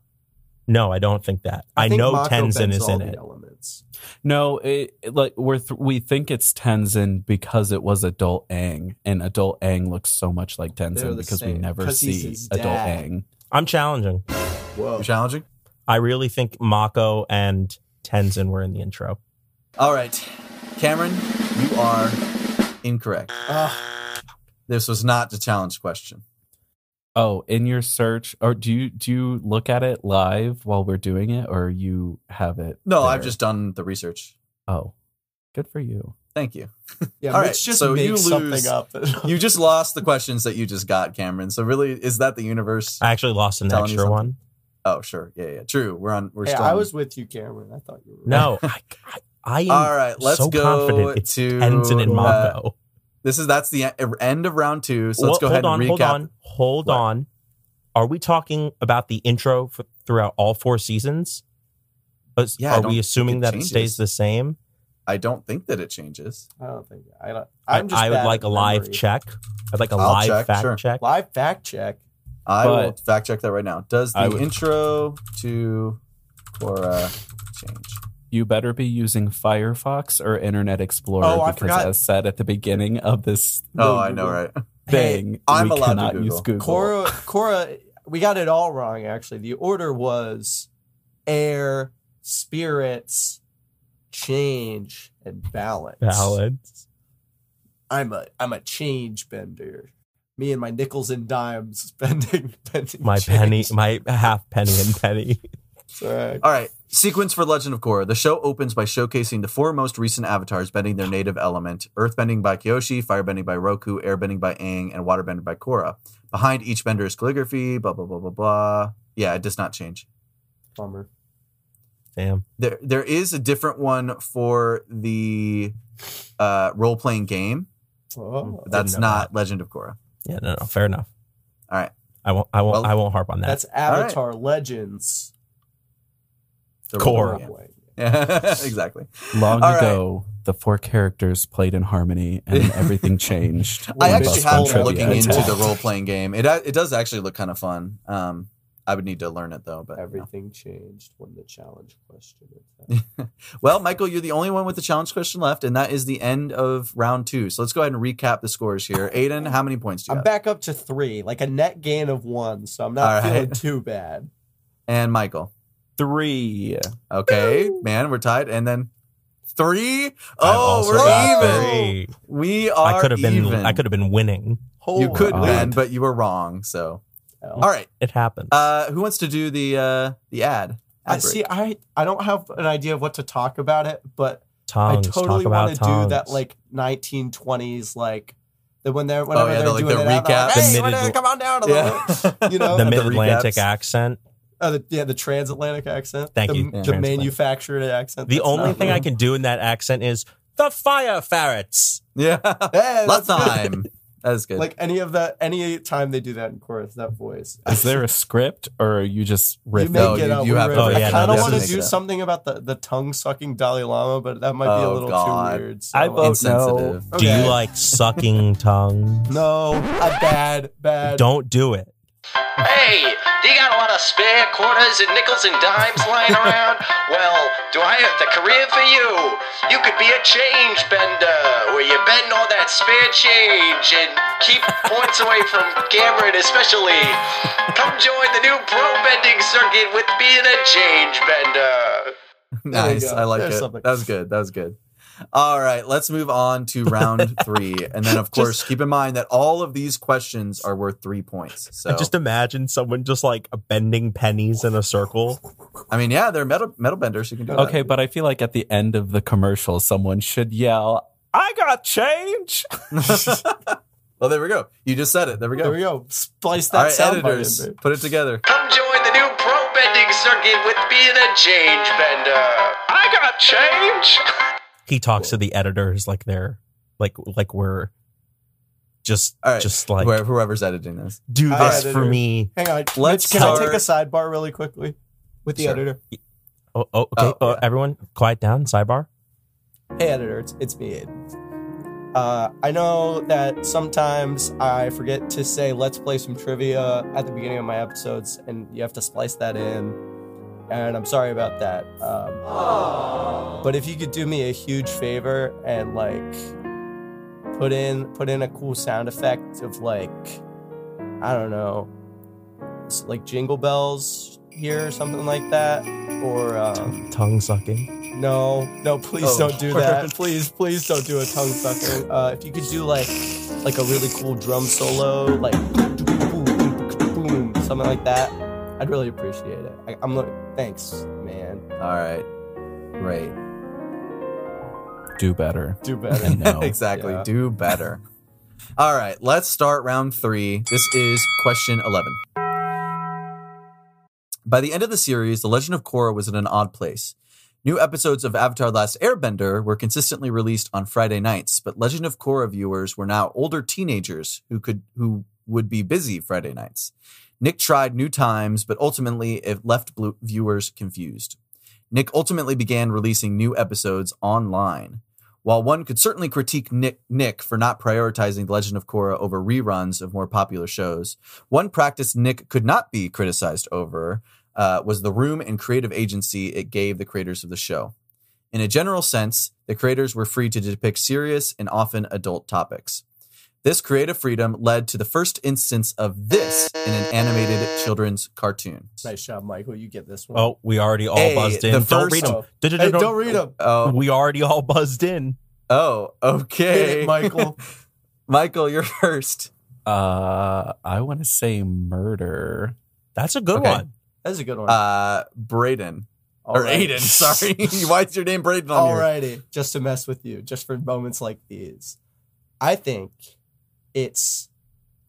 Speaker 4: No, I don't think that. I,
Speaker 2: think
Speaker 4: know
Speaker 2: Mako
Speaker 4: Tenzin
Speaker 2: bends
Speaker 4: is
Speaker 2: all
Speaker 4: in
Speaker 2: the
Speaker 4: it.
Speaker 2: Elements.
Speaker 3: No, it, it- like we're th- we think it's Tenzin because it was adult Aang, and adult Aang looks so much like
Speaker 2: They're
Speaker 3: Tenzin
Speaker 2: the
Speaker 3: because we
Speaker 2: same,
Speaker 3: never
Speaker 2: 'cause he's
Speaker 3: see
Speaker 2: his
Speaker 3: adult
Speaker 2: dad.
Speaker 3: Aang.
Speaker 4: I'm challenging.
Speaker 2: Whoa.
Speaker 1: You're challenging?
Speaker 4: I really think Mako and Tenzin were in the intro.
Speaker 1: All right. Cameron, you are incorrect.
Speaker 2: Ugh.
Speaker 1: This was not the challenge question.
Speaker 3: Oh, in your search, or do you do you look at it live while we're doing it, or you have it?
Speaker 1: No,
Speaker 3: there?
Speaker 1: I've just done the research.
Speaker 3: oh, good for you.
Speaker 1: Thank you.
Speaker 2: yeah,
Speaker 1: All
Speaker 2: Mitch
Speaker 1: right,
Speaker 2: just
Speaker 1: so
Speaker 2: makes
Speaker 1: you lose.
Speaker 2: something up.
Speaker 1: You just lost the questions that you just got, Cameron. So really, is that the universe?
Speaker 4: I actually lost an
Speaker 1: Telling you
Speaker 4: extra
Speaker 1: something.
Speaker 4: one.
Speaker 1: Oh, sure. Yeah, yeah. True. We're on. We're
Speaker 2: Hey,
Speaker 1: still.
Speaker 2: I
Speaker 1: on-
Speaker 2: was with you, Cameron. I thought you were. right.
Speaker 4: No, I, I, I am
Speaker 1: All right. Let's
Speaker 4: so
Speaker 1: go
Speaker 4: confident it's
Speaker 1: to
Speaker 4: Tenzin and
Speaker 1: uh,
Speaker 4: Mako.
Speaker 1: This is that's the e- end of round two. So let's go
Speaker 4: Well,
Speaker 1: ahead and recap.
Speaker 4: Hold on, hold
Speaker 1: What?
Speaker 4: on. Are we talking about the intro for, throughout all four seasons? Is-
Speaker 1: Yeah, I
Speaker 4: are
Speaker 1: don't
Speaker 4: we
Speaker 1: think
Speaker 4: assuming
Speaker 1: it
Speaker 4: that
Speaker 1: changes.
Speaker 4: it stays the same?
Speaker 1: I don't think that it changes.
Speaker 2: I don't think I don't.
Speaker 4: I-
Speaker 2: I'm just
Speaker 4: I would
Speaker 2: bad
Speaker 4: like
Speaker 2: at
Speaker 4: a live
Speaker 2: memory.
Speaker 4: check. I'd like a
Speaker 1: I'll
Speaker 4: live
Speaker 1: check,
Speaker 4: fact
Speaker 1: sure.
Speaker 4: check.
Speaker 2: live fact check.
Speaker 1: I will
Speaker 3: But-
Speaker 1: fact check that right now. Does
Speaker 3: I
Speaker 1: the
Speaker 3: would-
Speaker 1: intro to Cora change?
Speaker 3: You better be using Firefox or Internet Explorer
Speaker 2: Oh, I
Speaker 3: because,
Speaker 2: forgot.
Speaker 3: as said at the beginning of this
Speaker 1: Oh, I know, right?
Speaker 3: thing,
Speaker 1: I'm
Speaker 3: we
Speaker 1: allowed to
Speaker 3: cannot use
Speaker 1: Google.
Speaker 3: Google.
Speaker 2: Cora, Cora, we got it all wrong. Actually, the order was air, spirits, change, and balance.
Speaker 4: Valid.
Speaker 2: I'm a I'm a change bender. Me and my nickels and dimes bending, bending
Speaker 4: My
Speaker 2: change.
Speaker 4: penny, my half penny and penny.
Speaker 2: Sorry.
Speaker 1: All right. Sequence for Legend of Korra. The show opens by showcasing the four most recent avatars bending their native element earthbending by Kyoshi, firebending by Roku, airbending by Aang, and waterbending by Korra. Behind each bender is calligraphy, blah, blah, blah, blah, blah. Yeah, it does not change.
Speaker 2: Bummer.
Speaker 4: Damn.
Speaker 1: There, there is a different one for the uh, role playing game.
Speaker 2: Oh,
Speaker 4: Didn't
Speaker 1: That's
Speaker 4: know
Speaker 1: not Legend of Korra.
Speaker 4: Yeah, no, no, fair enough.
Speaker 1: All right.
Speaker 4: I won't, I won't,
Speaker 1: Well,
Speaker 4: I won't harp on that.
Speaker 2: that's Avatar Legends.
Speaker 1: The role
Speaker 4: Korra.
Speaker 1: playing game.
Speaker 2: Boy.
Speaker 1: Yeah, exactly.
Speaker 3: Long
Speaker 1: All right.
Speaker 3: ago, the four characters played in harmony and everything changed.
Speaker 1: I
Speaker 2: Well,
Speaker 1: actually
Speaker 2: based
Speaker 1: have
Speaker 2: on
Speaker 1: been
Speaker 2: trivia,
Speaker 1: looking
Speaker 2: it's
Speaker 1: into
Speaker 2: wild.
Speaker 1: the role playing game. It it does actually look kind of fun. Um, I would need to learn it though. But you know.
Speaker 2: Everything changed when the challenge question. was
Speaker 1: well, Michael, you're the only one with the challenge question left, and that is the end of round two. So let's go ahead and recap the scores here. Aiden, how many points do you
Speaker 2: I'm
Speaker 1: have?
Speaker 2: back up to three, like a net gain of one, so I'm not
Speaker 1: All right.
Speaker 2: feeling too bad.
Speaker 1: And Michael,
Speaker 3: Three.
Speaker 1: okay, man, we're tied. And then three.
Speaker 4: I've
Speaker 1: Oh,
Speaker 4: also got
Speaker 1: we're even.
Speaker 4: three.
Speaker 1: We are.
Speaker 4: I could have been,
Speaker 1: Even.
Speaker 4: I Oh, could have been winning.
Speaker 2: Holy
Speaker 1: You could
Speaker 3: God.
Speaker 1: win, but you were wrong. So
Speaker 2: hell.
Speaker 1: all right.
Speaker 4: It happened.
Speaker 1: Uh, who wants to do the uh the ad?
Speaker 2: I
Speaker 1: Ad break.
Speaker 2: see. I I don't have an idea of what to talk about it, but
Speaker 4: tongues.
Speaker 2: I totally
Speaker 4: Oh, talk about
Speaker 2: want to do that
Speaker 4: tongues.
Speaker 2: like 1920s, like the when they're whenever
Speaker 1: yeah,
Speaker 2: they're,
Speaker 1: the, like,
Speaker 2: doing
Speaker 1: the
Speaker 2: it out, they're like,
Speaker 1: recap.
Speaker 4: The
Speaker 2: hey,
Speaker 4: mid-
Speaker 2: whatever, come on down a little. You
Speaker 1: oh,
Speaker 2: know,
Speaker 4: the
Speaker 2: the
Speaker 4: Mid Atlantic
Speaker 1: recaps.
Speaker 4: accent.
Speaker 2: Oh, the, yeah, the transatlantic accent.
Speaker 4: Thank
Speaker 2: the,
Speaker 4: you,
Speaker 2: The
Speaker 4: transatlantic.
Speaker 2: manufactured accent.
Speaker 4: The
Speaker 2: That's
Speaker 4: only
Speaker 2: not
Speaker 4: thing
Speaker 2: me.
Speaker 4: I can do in that accent is the fire ferrets.
Speaker 1: Yeah.
Speaker 2: Hey,
Speaker 1: Last
Speaker 2: that's good.
Speaker 1: time. That was good.
Speaker 2: Like any of that, any time they do that in chorus, that voice.
Speaker 3: Is there a script or are you just
Speaker 2: You
Speaker 3: riffing?
Speaker 2: make
Speaker 1: No,
Speaker 2: it
Speaker 1: Oh, you-
Speaker 2: up.
Speaker 1: you
Speaker 2: we
Speaker 1: have to
Speaker 2: riff.
Speaker 4: make
Speaker 2: I
Speaker 4: it
Speaker 2: kind
Speaker 4: up.
Speaker 2: of
Speaker 4: You
Speaker 2: want
Speaker 1: have
Speaker 2: to
Speaker 1: to
Speaker 2: do
Speaker 1: make it up.
Speaker 2: something about the, the tongue sucking Dalai Lama, but that might be a
Speaker 1: Oh,
Speaker 2: little
Speaker 1: God.
Speaker 2: too weird. So
Speaker 3: I vote
Speaker 1: Insensitive.
Speaker 2: oh, no.
Speaker 4: Do
Speaker 2: Okay.
Speaker 4: you like sucking tongues?
Speaker 2: No, a bad, bad.
Speaker 4: Don't do it.
Speaker 7: Hey, do you got a lot of spare quarters and nickels and dimes lying around? Well, do I have the career for you? You could be a change bender, where you bend all that spare change and keep points away from Cameron, especially. Come join the new pro bending circuit with being a change bender.
Speaker 2: There you
Speaker 1: nice.
Speaker 2: go.
Speaker 1: I like it.
Speaker 2: There's something.
Speaker 1: That was good. That was good. All right, let's move on to round three. And then, of course, keep in mind that all of these questions are worth three points. So,
Speaker 4: I just imagine someone just like bending pennies in a circle.
Speaker 1: I mean, yeah, they're metal, metal benders. You can do that.
Speaker 3: Okay, but I feel like at the end of the commercial, someone should yell, I got change.
Speaker 1: Well, there we go. You just said it. There we go.
Speaker 2: There we go. Splice
Speaker 1: All
Speaker 2: that
Speaker 1: right,
Speaker 2: sound
Speaker 1: editors,
Speaker 2: bite in
Speaker 1: put it together.
Speaker 7: Come join the new pro bending circuit with being a change bender. I got change.
Speaker 4: He talks to the editors like they're like like we're just
Speaker 1: All right,
Speaker 4: just like
Speaker 1: Whoever- Whoever's editing this.
Speaker 4: do
Speaker 2: All right,
Speaker 4: this for
Speaker 2: editors.
Speaker 4: me.
Speaker 2: there. Hang on.
Speaker 1: Let's
Speaker 2: Mitch, can I take a
Speaker 1: start-
Speaker 2: sidebar really quickly with the
Speaker 1: Sure.
Speaker 2: editor?
Speaker 4: Oh, oh okay.
Speaker 1: Oh,
Speaker 4: Oh,
Speaker 1: yeah.
Speaker 4: everyone, quiet down. Sidebar.
Speaker 2: Hey, editor, it's, it's me, Aiden. Uh, I know that sometimes I forget to say let's play some trivia at the beginning of my episodes, and you have to splice that in. And I'm sorry about that. Um, but if you could do me a huge favor and like put in put in a cool sound effect of like I don't know, s- like jingle bells here or something like that, or um,
Speaker 4: Tongue sucking.
Speaker 2: no, no, please
Speaker 1: Oh,
Speaker 2: don't do
Speaker 1: Lord.
Speaker 2: that. Please, please don't do a tongue sucker. Uh, if you could do like, like a really cool drum solo, like something like that, I'd really appreciate it. I, I'm looking. Thanks, man.
Speaker 1: All right. Great.
Speaker 3: Do better.
Speaker 2: Do better.
Speaker 3: And no.
Speaker 1: exactly.
Speaker 2: Yeah.
Speaker 1: Do better. All right, let's start round three. This is question 11. By the end of the series, The Legend of Korra was in an odd place. New episodes of Avatar The Last Airbender were consistently released on Friday nights, but Legend of Korra viewers were now older teenagers who could who would be busy Friday nights. Nick tried new times, but ultimately it left blue- viewers confused. Nick ultimately began releasing new episodes online. While one could certainly critique Nick, Nick for not prioritizing The Legend of Korra over reruns of more popular shows, one practice Nick could not be criticized over uh, was the room and creative agency it gave the creators of the show. In a general sense, the creators were free to depict serious and often adult topics. This creative freedom led to the first instance of this in an animated children's cartoon.
Speaker 2: Nice job, Michael. You get this one.
Speaker 4: Oh, we already all
Speaker 1: Hey,
Speaker 4: buzzed in.
Speaker 1: the
Speaker 4: Don't
Speaker 1: first-
Speaker 4: read them.
Speaker 2: Oh. Hey, don't read them.
Speaker 1: Oh,
Speaker 4: We already all buzzed in.
Speaker 1: oh,
Speaker 2: Hit
Speaker 1: okay.
Speaker 2: it, Michael.
Speaker 1: Michael, you're first.
Speaker 3: Uh, I want to say murder.
Speaker 4: That's a good
Speaker 1: Okay.
Speaker 4: one.
Speaker 2: That's a good one.
Speaker 1: Uh, Braden
Speaker 2: All
Speaker 1: or
Speaker 2: right.
Speaker 1: Aiden? Sorry, why's your name Braden on here?
Speaker 2: Alrighty, just to mess with you, just for moments like these. I think it's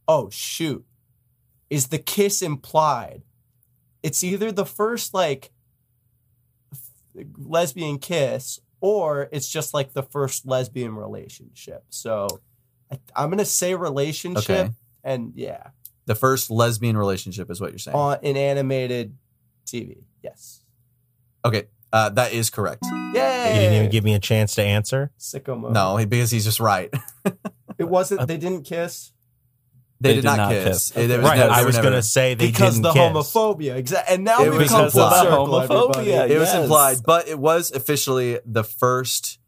Speaker 2: oh shoot. Is the kiss implied? It's either the first like f- lesbian kiss or it's just like the first lesbian relationship. So I, I'm gonna say relationship
Speaker 1: Okay.
Speaker 2: and yeah,
Speaker 1: The first lesbian relationship is what you're saying.
Speaker 2: on in animated TV. Yes.
Speaker 1: okay, uh, that is correct.
Speaker 2: Yay!
Speaker 4: You didn't even give me a chance to answer.
Speaker 2: sicko mode.
Speaker 1: No, he- because he's just right.
Speaker 2: it wasn't. They didn't kiss.
Speaker 1: They, did, not, kiss. It- there was
Speaker 4: right.
Speaker 1: no- they
Speaker 4: I
Speaker 1: were
Speaker 4: was
Speaker 1: never-
Speaker 4: going to say they
Speaker 2: because
Speaker 4: didn't
Speaker 2: the
Speaker 4: kiss.
Speaker 2: homophobia. Exactly. And now
Speaker 1: It
Speaker 2: we've
Speaker 1: was
Speaker 2: come full
Speaker 1: implied.
Speaker 2: circle.
Speaker 3: Homophobia,
Speaker 2: everybody.
Speaker 1: It was
Speaker 3: Yes.
Speaker 1: implied, but it was officially the first,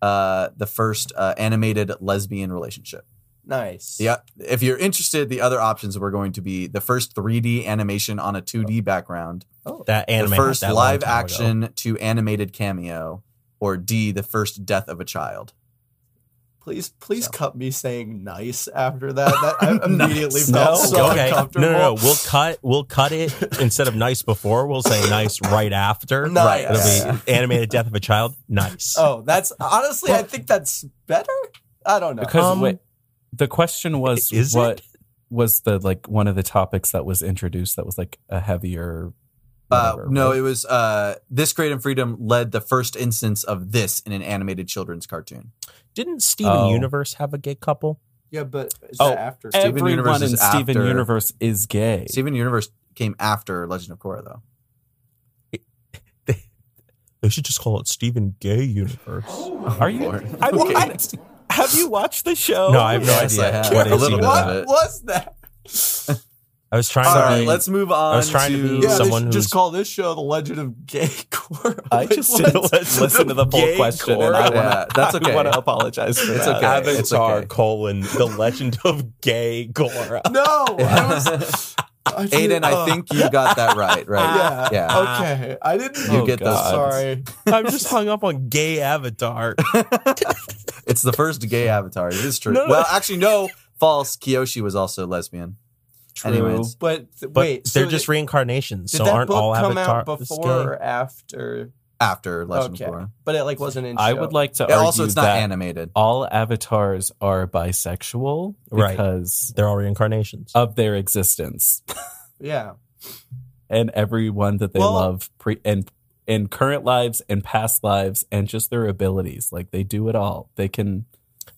Speaker 1: uh, the first uh, animated lesbian relationship.
Speaker 2: Nice.
Speaker 1: Yeah, if you're interested, the other options were going to be the first 3D animation on a 2D background,
Speaker 4: That anime.
Speaker 1: the first
Speaker 4: that long
Speaker 1: live
Speaker 4: time ago.
Speaker 1: action to animated cameo, or D, the first death of a child.
Speaker 2: Please, please
Speaker 1: So.
Speaker 2: cut me saying nice after that. that I immediately
Speaker 4: No.
Speaker 2: felt so
Speaker 4: Oh, okay.
Speaker 2: uncomfortable.
Speaker 4: No, no, no. We'll cut. We'll cut it instead of nice before. We'll say nice right after.
Speaker 2: Nice.
Speaker 1: Right,
Speaker 4: It'll
Speaker 1: yeah.
Speaker 4: be animated death of a child. Nice.
Speaker 2: Oh, that's honestly, I think that's better. I don't know.
Speaker 3: Because
Speaker 4: Um,
Speaker 3: wait, the question was
Speaker 4: is
Speaker 3: what
Speaker 4: it?
Speaker 3: was the like one of the topics that was introduced that was like a heavier.
Speaker 1: Uh,
Speaker 3: whatever,
Speaker 1: no,
Speaker 3: right?
Speaker 1: it was uh, this creative freedom led the first instance of this in an animated children's cartoon.
Speaker 4: Didn't Steven
Speaker 3: Oh.
Speaker 4: Universe have a gay couple?
Speaker 2: yeah, but is
Speaker 3: Oh,
Speaker 2: that after?
Speaker 1: Steven
Speaker 3: everyone
Speaker 1: Universe
Speaker 3: in
Speaker 1: is
Speaker 3: Steven
Speaker 1: after-
Speaker 3: Universe is gay.
Speaker 1: Steven Universe came after Legend of Korra, though.
Speaker 4: They should just call it Steven Gay Universe.
Speaker 3: Are you?
Speaker 1: Okay.
Speaker 3: I, what? Have you watched the show?
Speaker 4: No, I have no
Speaker 1: Yes, I
Speaker 4: idea.
Speaker 1: have.
Speaker 4: What
Speaker 1: A
Speaker 4: is
Speaker 1: little
Speaker 4: even
Speaker 1: bit
Speaker 4: that.
Speaker 1: of
Speaker 2: what was that?
Speaker 4: I was trying
Speaker 1: All
Speaker 4: to.
Speaker 1: right,
Speaker 4: be-
Speaker 1: let's move on.
Speaker 4: was trying to be
Speaker 2: Yeah,
Speaker 4: Someone
Speaker 2: they should
Speaker 4: who's-
Speaker 2: just call this show "The Legend of Gay Core."
Speaker 3: I just didn't listen to the full
Speaker 4: Gay
Speaker 3: question, and
Speaker 1: Korra.
Speaker 3: I want
Speaker 1: Yeah,
Speaker 3: to.
Speaker 1: that's okay.
Speaker 3: I want to apologize for
Speaker 1: It's
Speaker 3: that.
Speaker 1: okay.
Speaker 4: Avatar
Speaker 1: it's okay.
Speaker 4: colon the legend of gay Gora.
Speaker 2: No, I was. I did-
Speaker 1: Aiden, I
Speaker 2: oh,
Speaker 1: think you got that right, right?
Speaker 2: Yeah.
Speaker 1: Yeah.
Speaker 2: Okay. I didn't.
Speaker 1: You
Speaker 3: Oh,
Speaker 1: get those.
Speaker 3: God.
Speaker 2: Sorry.
Speaker 4: I'm just hung up on gay Avatar.
Speaker 1: It's the first gay avatar. It is true.
Speaker 4: No, no.
Speaker 1: Well, actually, no. False. Kiyoshi was also lesbian.
Speaker 3: True.
Speaker 1: Anyways,
Speaker 2: But, th-
Speaker 4: But
Speaker 2: wait,
Speaker 4: they're
Speaker 2: so
Speaker 4: just
Speaker 2: did
Speaker 4: reincarnations, so
Speaker 2: that
Speaker 4: aren't
Speaker 2: book
Speaker 4: all
Speaker 2: come
Speaker 4: Avatar
Speaker 2: out before or after?
Speaker 1: after Legend
Speaker 2: Okay.
Speaker 1: of Korra.
Speaker 2: But it like wasn't in.
Speaker 3: I
Speaker 2: show.
Speaker 3: would like to
Speaker 1: And
Speaker 3: argue
Speaker 1: also, it's not
Speaker 3: that
Speaker 1: animated.
Speaker 3: all avatars are bisexual
Speaker 4: Right.
Speaker 3: because
Speaker 4: They're all reincarnations.
Speaker 3: of their existence,
Speaker 2: Yeah.
Speaker 3: and everyone that they
Speaker 2: Well-
Speaker 3: love pre- and in current lives and past lives, and just their abilities. Like they do it all. They can.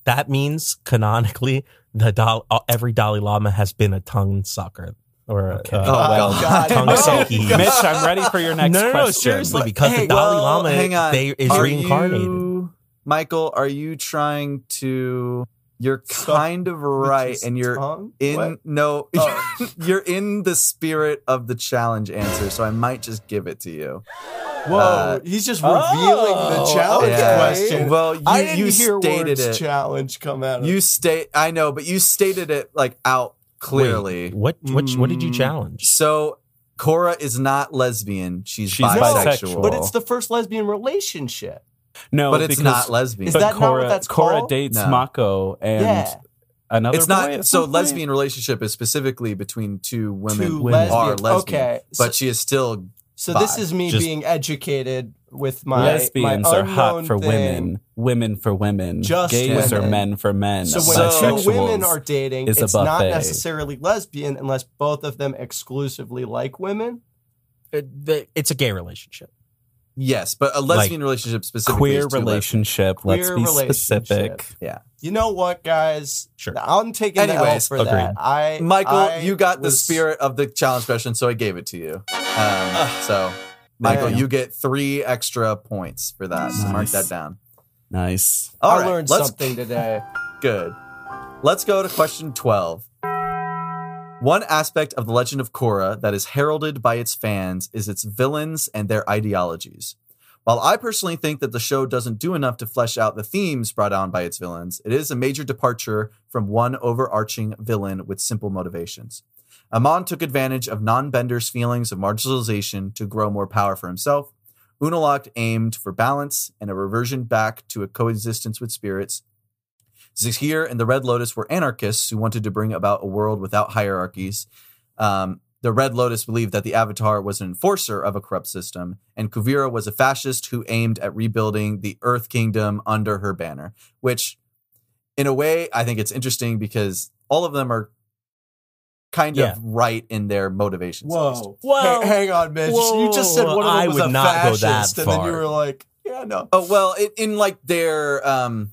Speaker 4: that means canonically, the Dal- uh, every Dalai Lama has been a tongue sucker or a-
Speaker 3: Okay.
Speaker 4: uh,
Speaker 1: Oh,
Speaker 2: well,
Speaker 1: God.
Speaker 4: tongue
Speaker 2: Oh,
Speaker 4: sucky.
Speaker 2: God.
Speaker 3: Mitch, I'm ready for your
Speaker 4: No,
Speaker 3: next
Speaker 4: no, no,
Speaker 3: question.
Speaker 4: seriously, because
Speaker 1: Hey,
Speaker 4: the Dalai
Speaker 1: well,
Speaker 4: Lama
Speaker 1: hang on.
Speaker 4: They, is
Speaker 1: Are
Speaker 4: reincarnated.
Speaker 1: you- Michael, are you trying to. You're
Speaker 2: So-
Speaker 1: kind of right,
Speaker 2: Bitch's
Speaker 1: and you're
Speaker 2: tongue?
Speaker 1: in.
Speaker 2: What?
Speaker 1: No,
Speaker 2: Oh.
Speaker 1: you're in the spirit of the challenge answer, so I might just give it to you.
Speaker 2: Whoa!
Speaker 1: Uh,
Speaker 2: he's just revealing
Speaker 3: oh,
Speaker 2: the challenge
Speaker 1: Yeah.
Speaker 2: question.
Speaker 1: Well, you,
Speaker 2: I didn't
Speaker 1: you
Speaker 2: hear
Speaker 1: stated
Speaker 2: words
Speaker 1: it.
Speaker 2: challenge come out. Of
Speaker 1: You state, I know, but you stated it like out clearly.
Speaker 4: Wait, what, what, what did you
Speaker 2: Mm.
Speaker 4: challenge?
Speaker 1: So Cora is not lesbian; she's,
Speaker 3: She's
Speaker 1: bisexual.
Speaker 3: bisexual.
Speaker 2: but it's the first lesbian relationship.
Speaker 3: No,
Speaker 1: but it's
Speaker 3: because-
Speaker 1: not lesbian.
Speaker 2: Is
Speaker 3: but
Speaker 2: that not what
Speaker 3: Cora-
Speaker 2: that's
Speaker 3: Cora
Speaker 2: called?
Speaker 3: dates
Speaker 1: No.
Speaker 3: Mako and
Speaker 2: yeah,
Speaker 3: another.
Speaker 1: it's
Speaker 3: boy at
Speaker 1: not. So
Speaker 3: some point?
Speaker 1: lesbian relationship is specifically between two women
Speaker 2: two
Speaker 1: who
Speaker 3: women
Speaker 1: are
Speaker 2: lesbians.
Speaker 1: lesbian,
Speaker 2: Okay, so,
Speaker 1: but she is still.
Speaker 2: so this
Speaker 1: bi.
Speaker 2: is me
Speaker 4: Just-
Speaker 2: being educated with my
Speaker 3: lesbians
Speaker 2: my
Speaker 3: are hot
Speaker 2: unknown
Speaker 3: for
Speaker 2: thing.
Speaker 3: women, women for women,
Speaker 2: Just
Speaker 3: gays
Speaker 1: women.
Speaker 3: are men for men.
Speaker 2: So
Speaker 1: So-
Speaker 2: when
Speaker 3: bisexuals
Speaker 2: two women are dating,
Speaker 3: is a
Speaker 2: it's not
Speaker 3: buffet.
Speaker 2: necessarily lesbian unless both of them exclusively like women.
Speaker 3: Uh,
Speaker 4: It- the- It's a gay relationship.
Speaker 1: Yes, but a lesbian relationship specifically.
Speaker 3: Queer
Speaker 1: is two lesbians.
Speaker 3: relationship. Let's
Speaker 2: Queer
Speaker 3: be
Speaker 2: relationship.
Speaker 3: specific.
Speaker 2: You know what, guys?
Speaker 4: Sure.
Speaker 2: I'm taking the L
Speaker 1: Anyways,
Speaker 2: for
Speaker 4: agreed.
Speaker 2: that. I
Speaker 1: Michael,
Speaker 2: I
Speaker 1: you got the
Speaker 2: was-
Speaker 1: spirit of the challenge question, so I gave it to you. Um, so, Michael,
Speaker 2: you go.
Speaker 1: you get three extra points for that. So Mark
Speaker 3: Nice.
Speaker 1: that down.
Speaker 3: Nice.
Speaker 1: All
Speaker 2: I
Speaker 1: right,
Speaker 2: learned
Speaker 1: let's-
Speaker 2: something today.
Speaker 1: Good. Let's go to question 12. One aspect of The Legend of Korra that is heralded by its fans is its villains and their ideologies. While I personally think that the show doesn't do enough to flesh out the themes brought on by its villains, it is a major departure from one overarching villain with simple motivations. Amon took advantage of non Bender's feelings of marginalization to grow more power for himself. Unalaq aimed for balance and a reversion back to a coexistence with spirits, Zahir and the Red Lotus were anarchists who wanted to bring about a world without hierarchies. Um, the Red Lotus believed that the Avatar was an enforcer of a corrupt system, and Kuvira was a fascist who aimed at rebuilding the Earth Kingdom under her banner. Which, in a way, I think it's interesting because all of them are kind
Speaker 4: Yeah.
Speaker 1: of right in their motivations. at least.
Speaker 2: Whoa.
Speaker 4: Whoa.
Speaker 2: Hey, hang on, Mitch. You just said
Speaker 4: Whoa.
Speaker 2: one of them
Speaker 4: I
Speaker 2: was
Speaker 4: would
Speaker 2: a
Speaker 4: not go that
Speaker 2: fascist, and then you
Speaker 4: far.
Speaker 2: were like, yeah, no.
Speaker 1: Oh well, it, in like their um,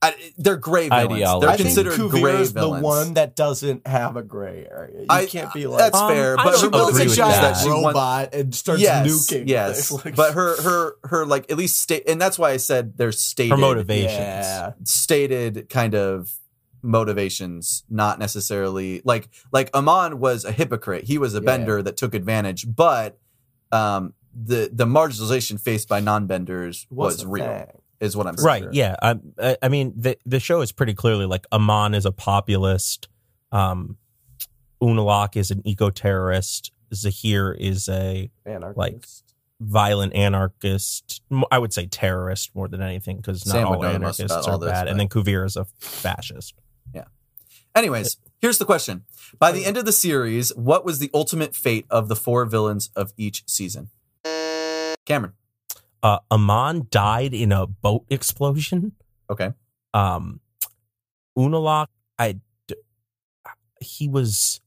Speaker 1: I, they're gray villains.
Speaker 3: Ideology.
Speaker 1: They're
Speaker 2: I
Speaker 3: think
Speaker 1: considered
Speaker 2: think
Speaker 1: gray
Speaker 2: Kuvira's
Speaker 1: villains.
Speaker 2: the one that doesn't have a gray area. You
Speaker 1: I- uh,
Speaker 2: can't be like
Speaker 1: That's
Speaker 4: Um,
Speaker 1: fair,
Speaker 4: I
Speaker 1: but
Speaker 4: don't
Speaker 1: her
Speaker 4: agree
Speaker 1: motivation
Speaker 4: with
Speaker 1: is
Speaker 4: that.
Speaker 1: that she wants
Speaker 2: robot and starts nuking.
Speaker 1: Yes,
Speaker 2: things. Like-
Speaker 1: but her her her like at least state, and that's why I said their stated
Speaker 4: for motivations.
Speaker 2: yeah.
Speaker 1: stated kind of motivations, not necessarily like like Amon was a hypocrite. He was a
Speaker 2: Yeah.
Speaker 1: bender that took advantage, but um the the marginalization faced by non benders
Speaker 2: What's
Speaker 1: was
Speaker 2: the
Speaker 1: real,
Speaker 2: thing?
Speaker 1: is what I'm saying.
Speaker 4: Right. Yeah. I, I- I mean, the the show is pretty clearly like Amon is a populist, um, Unalak is an eco terrorist, Zahir is a
Speaker 2: Anarchist.
Speaker 4: Like- violent anarchist. m- I would say terrorist more than anything because not
Speaker 1: Sam would
Speaker 4: all
Speaker 1: know the most about
Speaker 4: anarchists
Speaker 1: all
Speaker 4: are
Speaker 1: this,
Speaker 4: bad. And
Speaker 1: but-
Speaker 4: then Kuvira is a fascist.
Speaker 1: Anyways, here's the question. By the end of the series, what was the ultimate fate of the four villains of each season? Cameron.
Speaker 4: Uh, Amon died in a boat explosion.
Speaker 1: Okay.
Speaker 4: Um, Unalak, I d- he was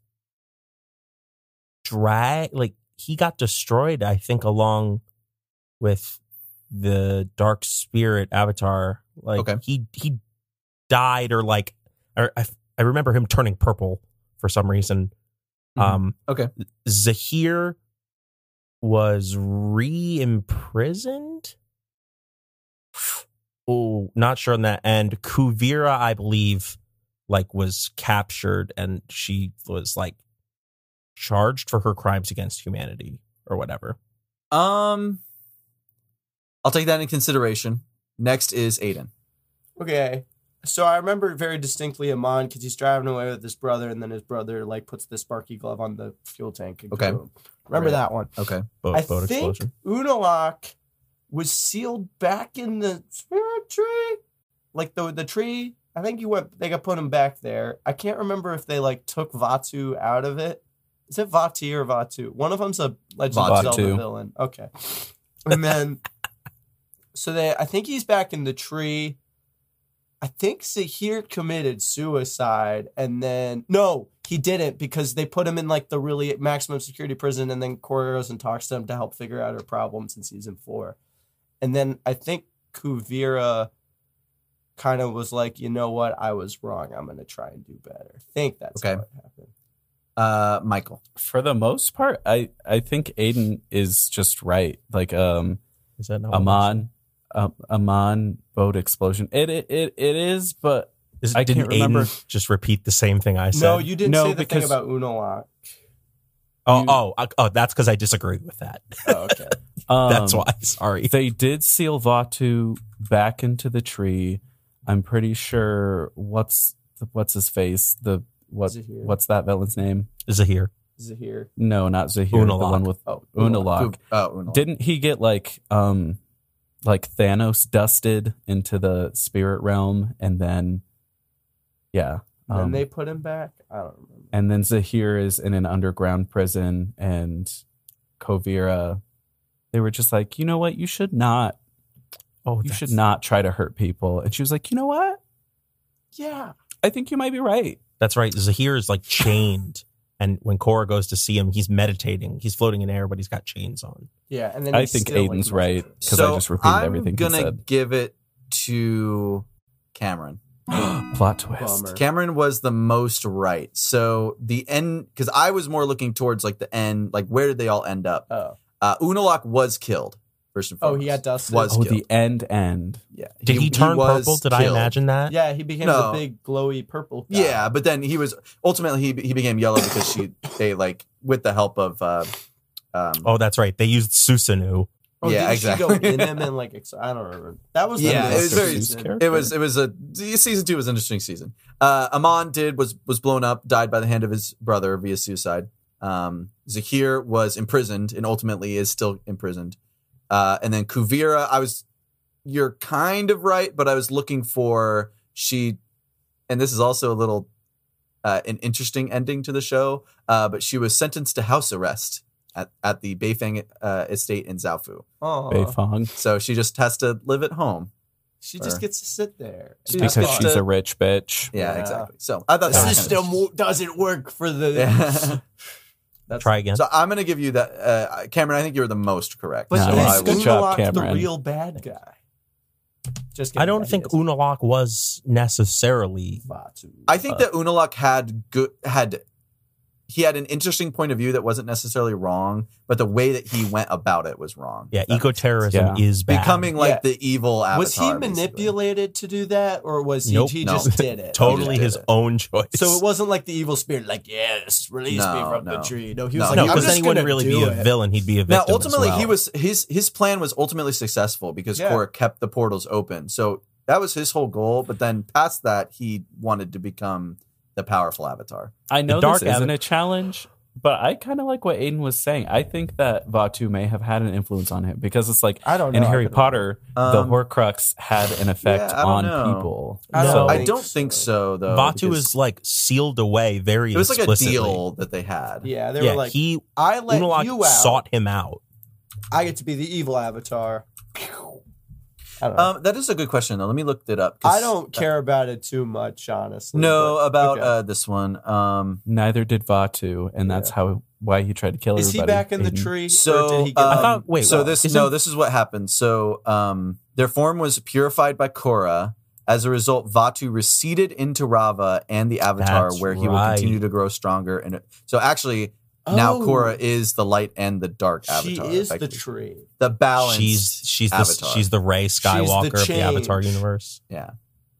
Speaker 4: drag like he got destroyed. I think along with the dark spirit avatar. Like
Speaker 1: Okay.
Speaker 4: he he died or like I, I I remember him turning purple for some reason.
Speaker 1: Mhm.
Speaker 4: Um,
Speaker 1: Okay.
Speaker 4: Zahir was re-imprisoned. Oh, not sure on that end. Kuvira, I believe, like was captured and she was like charged for her crimes against humanity or whatever.
Speaker 1: Um, I'll take that in consideration. Next is Aiden.
Speaker 2: Okay. So I remember very distinctly Amon because he's driving away with his brother, and then his brother like puts the sparky glove on the fuel tank. And
Speaker 1: Okay.
Speaker 2: boom. Remember
Speaker 1: Right.
Speaker 2: that one.
Speaker 1: Okay.
Speaker 4: Boat,
Speaker 2: I
Speaker 4: boat
Speaker 2: think
Speaker 4: explosion.
Speaker 2: Unalak was sealed back in the spirit tree, like the the tree. I think you went. They got put him back there. I can't remember if they like took Vatu out of it. Is it Vati or Vatu? One of them's a Legend of
Speaker 3: Vatu.
Speaker 2: Zelda villain. Okay, and then so they. I think he's back in the tree. I think Zahir committed suicide and then no, he didn't because they put him in like the really maximum security prison and then Cora goes and talks to him to help figure out her problems in season four. And then I think Kuvira kind of was like, you know what, I was wrong. I'm gonna try and do better. I think that's
Speaker 1: Okay.
Speaker 2: what happened.
Speaker 1: Uh, Michael.
Speaker 3: For the most part, I I think Aiden is just right. Like um
Speaker 4: Is that not what it was?
Speaker 3: Amon um, Amon boat explosion. It it it, it is, but
Speaker 4: Is,
Speaker 3: I
Speaker 4: didn't
Speaker 3: can't remember.
Speaker 4: Aiden just repeat the same thing I said?
Speaker 2: No, you didn't
Speaker 3: No,
Speaker 2: say the thing
Speaker 3: because-
Speaker 2: about Unalak.
Speaker 4: Oh,
Speaker 3: you-
Speaker 4: oh, I- oh, that's because I disagree with that.
Speaker 2: Oh, okay.
Speaker 3: um,
Speaker 4: that's why. Sorry.
Speaker 3: They did seal Vatu back into the tree. I'm pretty sure what's what's his face? The what
Speaker 2: Zahir.
Speaker 3: what's that villain's name?
Speaker 4: Zahir.
Speaker 2: Zahir.
Speaker 3: No, not Zahir, the
Speaker 4: Unalaq.
Speaker 3: one with
Speaker 2: Oh,
Speaker 3: Unalak.
Speaker 1: Who- Oh, Unalaq.
Speaker 3: Didn't he get like um like Thanos dusted into the spirit realm and then yeah.
Speaker 2: And
Speaker 3: um,
Speaker 2: they put him back? I don't remember.
Speaker 3: and then Zahir is in an underground prison and Kovira they were just like, "You know what? You should not
Speaker 4: Oh,
Speaker 3: you
Speaker 4: that's-
Speaker 3: should not try to hurt people." And she was like, "You know what?
Speaker 2: Yeah.
Speaker 3: I think you might be right."
Speaker 4: That's right. Zahir is like chained And when Korra goes to see him, he's meditating. He's floating in air, but he's got chains on.
Speaker 2: Yeah, and then
Speaker 3: I
Speaker 2: he's
Speaker 3: think
Speaker 2: still, like,
Speaker 3: Aiden's
Speaker 2: muscle
Speaker 3: right
Speaker 2: training.
Speaker 3: because I
Speaker 1: So
Speaker 3: just repeated
Speaker 1: I'm
Speaker 3: everything
Speaker 1: gonna
Speaker 3: he said.
Speaker 1: give it to Cameron.
Speaker 3: Plot twist.
Speaker 2: Bummer.
Speaker 1: Cameron was the most right. So the end, because I was more looking towards like the end, like where did they all end up?
Speaker 2: Oh,
Speaker 1: Uh, Unalak was killed first and
Speaker 2: oh,
Speaker 1: foremost.
Speaker 2: he had dust.
Speaker 1: Was-
Speaker 3: Oh,
Speaker 1: killed.
Speaker 3: the end end.
Speaker 1: Yeah.
Speaker 4: Did he, turn
Speaker 1: was
Speaker 4: purple? Did I
Speaker 1: killed.
Speaker 4: imagine that?
Speaker 2: yeah, he became
Speaker 1: No.
Speaker 2: the big glowy purple. Guy.
Speaker 1: Yeah, but then he was ultimately he he became yellow because she they like with the help of uh, um
Speaker 4: Oh, that's right. They used Susanoo.
Speaker 2: Oh,
Speaker 1: Yeah,
Speaker 2: didn't She
Speaker 1: exactly.
Speaker 2: go in him and like ex- I don't remember. That was the
Speaker 1: Yeah, it
Speaker 2: middle
Speaker 1: was very-
Speaker 2: season.
Speaker 3: Character.
Speaker 1: it was it was a season two was an interesting season. Uh, Amon did was was blown up, died by the hand of his brother via suicide. Um, Zahir was imprisoned and ultimately is still imprisoned. Uh, and then Kuvira, I was you're kind of right, but I was looking for she, and this is also a little uh, an interesting ending to the show. Uh, but she was sentenced to house arrest at at the Beifang uh, estate in Zaofu,
Speaker 2: Aw.
Speaker 3: Beifong.
Speaker 1: so she just has to live at home.
Speaker 2: She just
Speaker 1: Or-
Speaker 2: gets to sit there.
Speaker 1: Just
Speaker 2: That's
Speaker 3: Because
Speaker 1: because
Speaker 2: fine.
Speaker 3: she's
Speaker 1: the-
Speaker 3: a rich bitch.
Speaker 1: Yeah,
Speaker 2: Yeah.
Speaker 1: exactly. So I thought
Speaker 2: the
Speaker 1: that was
Speaker 2: system
Speaker 1: kinda-
Speaker 2: wo- doesn't work for the.
Speaker 1: Yeah.
Speaker 2: That's
Speaker 4: Try again.
Speaker 1: So I'm going to give you that, uh, Cameron. I think you were the most correct.
Speaker 2: But
Speaker 3: No,
Speaker 1: so
Speaker 3: it's
Speaker 1: I
Speaker 2: is
Speaker 1: will-
Speaker 3: good. job,
Speaker 2: Unalaq the
Speaker 3: Cameron.
Speaker 2: real bad guy? Just
Speaker 4: I don't think
Speaker 2: Una
Speaker 4: Unalak was necessarily.
Speaker 2: Vatu.
Speaker 1: I think that Unalak had good had he had an interesting point of view that wasn't necessarily wrong, but the way that he went about it was wrong.
Speaker 4: Yeah,
Speaker 1: If that
Speaker 4: eco
Speaker 1: makes sense.
Speaker 4: terrorism
Speaker 3: Yeah.
Speaker 4: is bad.
Speaker 1: becoming like
Speaker 2: Yeah.
Speaker 1: the evil avatar.
Speaker 2: was he
Speaker 1: basically.
Speaker 2: manipulated to do that, or was he,
Speaker 4: Nope.
Speaker 2: he
Speaker 1: No.
Speaker 2: just did it?
Speaker 1: He
Speaker 4: totally
Speaker 1: just did
Speaker 4: his
Speaker 1: it.
Speaker 4: own choice.
Speaker 2: So it wasn't like the evil spirit, like yes, release me
Speaker 1: No,
Speaker 2: from the
Speaker 1: no.
Speaker 2: tree. No, he
Speaker 1: No,
Speaker 2: was
Speaker 4: no,
Speaker 2: like, I'm
Speaker 4: because then
Speaker 2: just
Speaker 4: he
Speaker 2: gonna
Speaker 4: wouldn't really
Speaker 2: do
Speaker 4: be a
Speaker 2: it.
Speaker 4: villain. He'd be a victim.
Speaker 1: Now, ultimately,
Speaker 4: as well.
Speaker 1: he was his his plan was ultimately successful because
Speaker 2: Yeah.
Speaker 1: Korra kept the portals open. So that was his whole goal. But then past that, he wanted to become the powerful avatar.
Speaker 3: I know
Speaker 4: dark
Speaker 3: this isn't
Speaker 4: Adam-
Speaker 3: a challenge, but I kind of like what Aiden was saying. I think that Vatu may have had an influence on him because it's like
Speaker 2: I don't know.
Speaker 3: in
Speaker 2: I
Speaker 3: Harry
Speaker 2: could've-
Speaker 3: Potter, the
Speaker 1: Um,
Speaker 3: Horcrux had an effect
Speaker 1: yeah, I don't
Speaker 3: on
Speaker 1: know.
Speaker 3: people.
Speaker 2: I don't
Speaker 3: so
Speaker 1: I
Speaker 2: think
Speaker 1: don't
Speaker 2: so.
Speaker 1: think so, though.
Speaker 4: Batu
Speaker 1: because
Speaker 4: is like sealed away very
Speaker 1: it was like a
Speaker 4: explicitly.
Speaker 1: deal that they had.
Speaker 2: Yeah, they
Speaker 4: yeah,
Speaker 2: were like,
Speaker 4: he
Speaker 2: I let
Speaker 4: Unalak
Speaker 2: you out.
Speaker 4: sought him out.
Speaker 2: I get to be the evil avatar. I don't, know.
Speaker 1: Um, that is a good question though. Let me look that up. 'cause-
Speaker 2: I don't care about it too much, honestly.
Speaker 1: No,
Speaker 2: but-
Speaker 1: about
Speaker 2: okay.
Speaker 1: uh, this one. Um,
Speaker 3: Neither did Vatu, and that's how why he tried to kill
Speaker 2: is he
Speaker 3: everybody,
Speaker 2: back in the
Speaker 3: Aiden.
Speaker 2: tree?
Speaker 1: so
Speaker 2: or did he get
Speaker 1: um,
Speaker 4: I thought- wait,
Speaker 1: so
Speaker 4: wow.
Speaker 1: this
Speaker 4: Isn't-
Speaker 1: no, this is what happened. So um, their form was purified by Korra. As a result, Vatu receded into Rava and the Avatar,
Speaker 4: That's
Speaker 1: where he will
Speaker 4: right.
Speaker 1: continue to grow stronger. And so, actually, now
Speaker 4: Oh.
Speaker 1: Korra is the light and the dark
Speaker 2: Oh, She
Speaker 1: Avatar.
Speaker 2: is the
Speaker 1: effectively.
Speaker 2: tree.
Speaker 1: the balance.
Speaker 4: She's she's the,
Speaker 1: Avatar.
Speaker 4: she's the Ray Skywalker of the
Speaker 2: change.
Speaker 4: Avatar universe.
Speaker 1: yeah,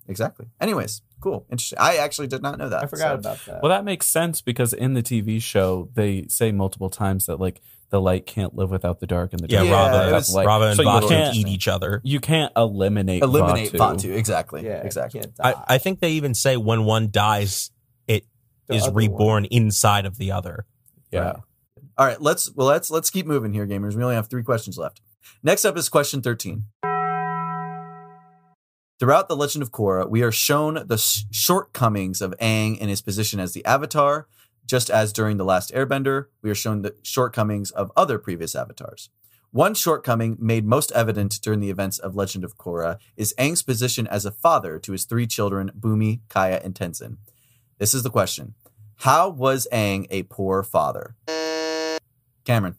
Speaker 1: exactly. Anyways, cool, interesting. I actually did not know that.
Speaker 2: I forgot
Speaker 1: so-
Speaker 2: about that.
Speaker 3: Well, that makes sense because in the TV show they say multiple times that like the light can't live without the dark, and the
Speaker 4: Yeah,
Speaker 3: dark
Speaker 1: Yeah,
Speaker 3: can't live
Speaker 1: it
Speaker 3: without
Speaker 1: was-
Speaker 3: the light.
Speaker 4: Rava and
Speaker 3: so
Speaker 4: Batu
Speaker 3: you can't,
Speaker 4: eat each other.
Speaker 3: you can't eliminate
Speaker 1: Eliminate
Speaker 3: Vatu.
Speaker 1: Vatu. Exactly.
Speaker 2: yeah,
Speaker 1: exactly.
Speaker 2: he can't
Speaker 4: I,
Speaker 2: die.
Speaker 4: I think they even say when one dies, it
Speaker 2: The
Speaker 4: is
Speaker 2: other
Speaker 4: reborn inside of the other.
Speaker 3: Yeah.
Speaker 1: Right. All right, let's well let's let's keep moving here, gamers. We only have three questions left. Next up is question thirteen. Throughout the Legend of Korra, we are shown the sh- shortcomings of Aang in his position as the Avatar, just as during the Last Airbender, we are shown the shortcomings of other previous avatars. One shortcoming made most evident during the events of Legend of Korra is Aang's position as a father to his three children, Bumi, Kaya, and Tenzin. This is the question: How was Aang a poor father? Cameron.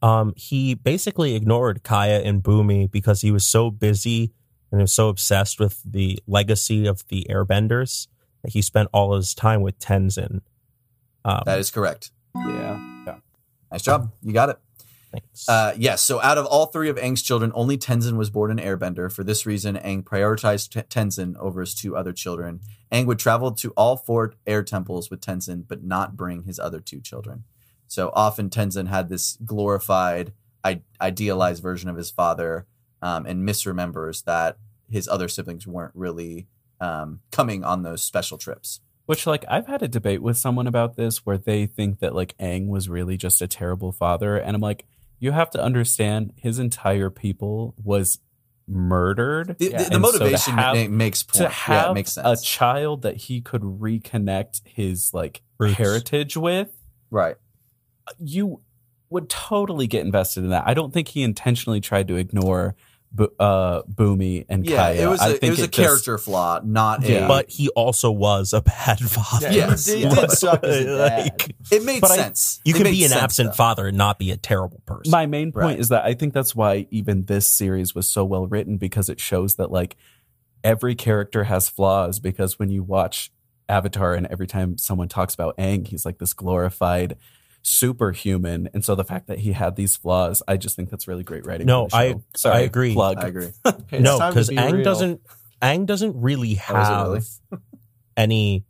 Speaker 4: Um, he basically ignored Kaya and Boomy because he was so busy and was so obsessed with the legacy of the Airbenders that he spent all his time with Tenzin. Um,
Speaker 1: That is correct.
Speaker 3: Yeah.
Speaker 1: Nice job. You got it.
Speaker 4: thanks.
Speaker 1: Uh, yes. So out of all three of Aang's children, only Tenzin was born an airbender. For this reason, Aang prioritized T- Tenzin over his two other children. Aang would travel to all four air temples with Tenzin, but not bring his other two children. So often Tenzin had this glorified, I- idealized version of his father um, and misremembers that his other siblings weren't really um, coming on those special trips.
Speaker 3: Which, like, I've had a debate with someone about this where they think that, like, Aang was really just a terrible father. And I'm like, you have to understand his entire people was murdered.
Speaker 1: The,
Speaker 2: Yeah.
Speaker 1: the- the,
Speaker 3: And so to
Speaker 1: motivation
Speaker 3: have-
Speaker 1: ma- makes point.
Speaker 3: To have
Speaker 1: yeah, it makes
Speaker 3: a
Speaker 1: sense.
Speaker 3: child that he could reconnect his, like,
Speaker 4: Roots.
Speaker 3: heritage with,
Speaker 1: right.
Speaker 3: you would totally get invested in that. I don't think he intentionally tried to ignore Bo- uh, Boomy and
Speaker 1: yeah,
Speaker 3: Kaya.
Speaker 1: it was
Speaker 3: I
Speaker 1: a, it was a
Speaker 3: just-
Speaker 1: character flaw, not a.
Speaker 3: Yeah.
Speaker 4: but he also was a bad father.
Speaker 1: Yeah,
Speaker 2: Yes. he did suck as a dad.
Speaker 1: it made
Speaker 4: But I-
Speaker 1: sense.
Speaker 4: you
Speaker 1: It
Speaker 4: can
Speaker 1: made
Speaker 4: be an
Speaker 1: sense,
Speaker 4: absent
Speaker 1: though.
Speaker 4: father and not be a terrible person.
Speaker 3: My main point
Speaker 1: Right.
Speaker 3: is that I think that's why even this series was so well written because it shows that like every character has flaws because when you watch Avatar and every time someone talks about Aang, he's like this glorified superhuman. And so the fact that he had these flaws, I just think that's really great writing.
Speaker 4: No,
Speaker 3: for the
Speaker 4: I-
Speaker 3: show. Sorry,
Speaker 4: I agree.
Speaker 3: Plug.
Speaker 1: I agree.
Speaker 2: Okay, it's
Speaker 4: no,
Speaker 2: time to
Speaker 4: because
Speaker 2: be
Speaker 4: Ang
Speaker 2: real.
Speaker 4: doesn't Ang doesn't really
Speaker 1: Oh, is it
Speaker 4: have
Speaker 1: really?
Speaker 4: any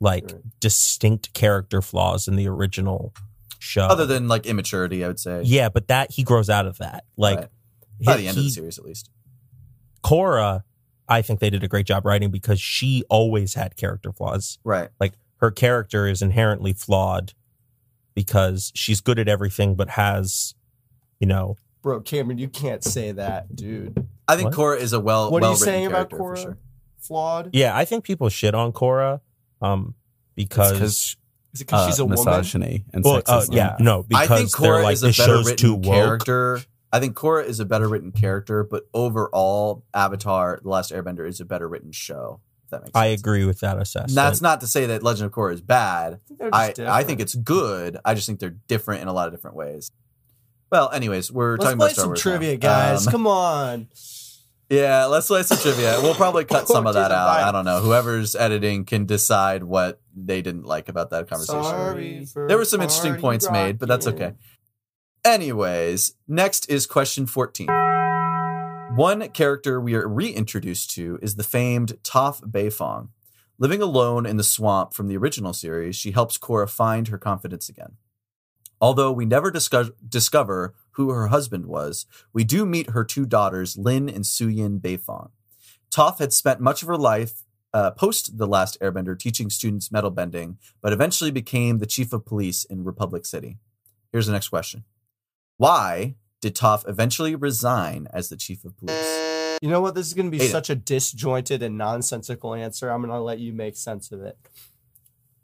Speaker 4: like
Speaker 2: Right.
Speaker 4: distinct character flaws in the original show.
Speaker 1: Other than like immaturity, I would say.
Speaker 4: yeah, but that he grows out of that. Like
Speaker 1: Right. By
Speaker 4: he-
Speaker 1: the end of
Speaker 4: he-
Speaker 1: the series, at least.
Speaker 4: Korra, I think they did a great job writing because she always had character flaws.
Speaker 1: Right.
Speaker 4: Like her character is inherently flawed because she's good at everything but has, you know,
Speaker 2: Bro, Cameron, you can't say that, dude.
Speaker 1: I think
Speaker 4: What?
Speaker 1: Cora is a well.
Speaker 2: What are you
Speaker 1: well-written
Speaker 2: saying about
Speaker 1: character, for
Speaker 2: Korra?
Speaker 1: sure.
Speaker 2: Flawed.
Speaker 4: yeah, I think people shit on Korra um because
Speaker 3: Because
Speaker 2: Is
Speaker 1: uh,
Speaker 2: it because she's a woman?
Speaker 3: uh, misogyny and
Speaker 4: well, uh,
Speaker 3: sexism.
Speaker 4: yeah, no, because
Speaker 1: I think
Speaker 4: they're
Speaker 1: Cora
Speaker 4: like
Speaker 1: is a
Speaker 4: this
Speaker 1: better
Speaker 4: show's
Speaker 1: written
Speaker 4: too woke.
Speaker 1: character. I think Cora is a better written character, but overall, Avatar: The Last Airbender is a better written show. If that makes sense.
Speaker 4: I agree with that assessment.
Speaker 1: That's not to say that Legend of Korra is bad.
Speaker 2: They're just
Speaker 1: I, I
Speaker 2: different.
Speaker 1: think it's good. I just think they're different in a lot of different ways. Well, anyways, we're
Speaker 2: Let's
Speaker 1: talking
Speaker 2: play
Speaker 1: about Star
Speaker 2: some
Speaker 1: Wars
Speaker 2: trivia,
Speaker 1: now.
Speaker 2: guys.
Speaker 1: Um,
Speaker 2: Come on.
Speaker 1: yeah, let's play some trivia. We'll probably cut some of that
Speaker 2: Jeez, I'm
Speaker 1: out.
Speaker 2: fine.
Speaker 1: I don't know. Whoever's editing can decide what they didn't like about that conversation.
Speaker 2: Sorry for
Speaker 1: There were some interesting
Speaker 2: party
Speaker 1: points made, but that's okay.
Speaker 2: rocking.
Speaker 1: Anyways, next is question 14. One character we are reintroduced to is the famed Toph Beifong. Living alone in the swamp from the original series, she helps Korra find her confidence again. Although we never discuss- discover who her husband was, we do meet her two daughters, Lin and Suyin Beifong. Toph had spent much of her life uh, post The Last Airbender teaching students metal bending, but eventually became the chief of police in Republic City. Here's the next question Why did Toph eventually resign as the chief of police?
Speaker 2: You know what? This is going to be
Speaker 1: Hate it.
Speaker 2: such a disjointed and nonsensical answer. I'm going to let you make sense of it.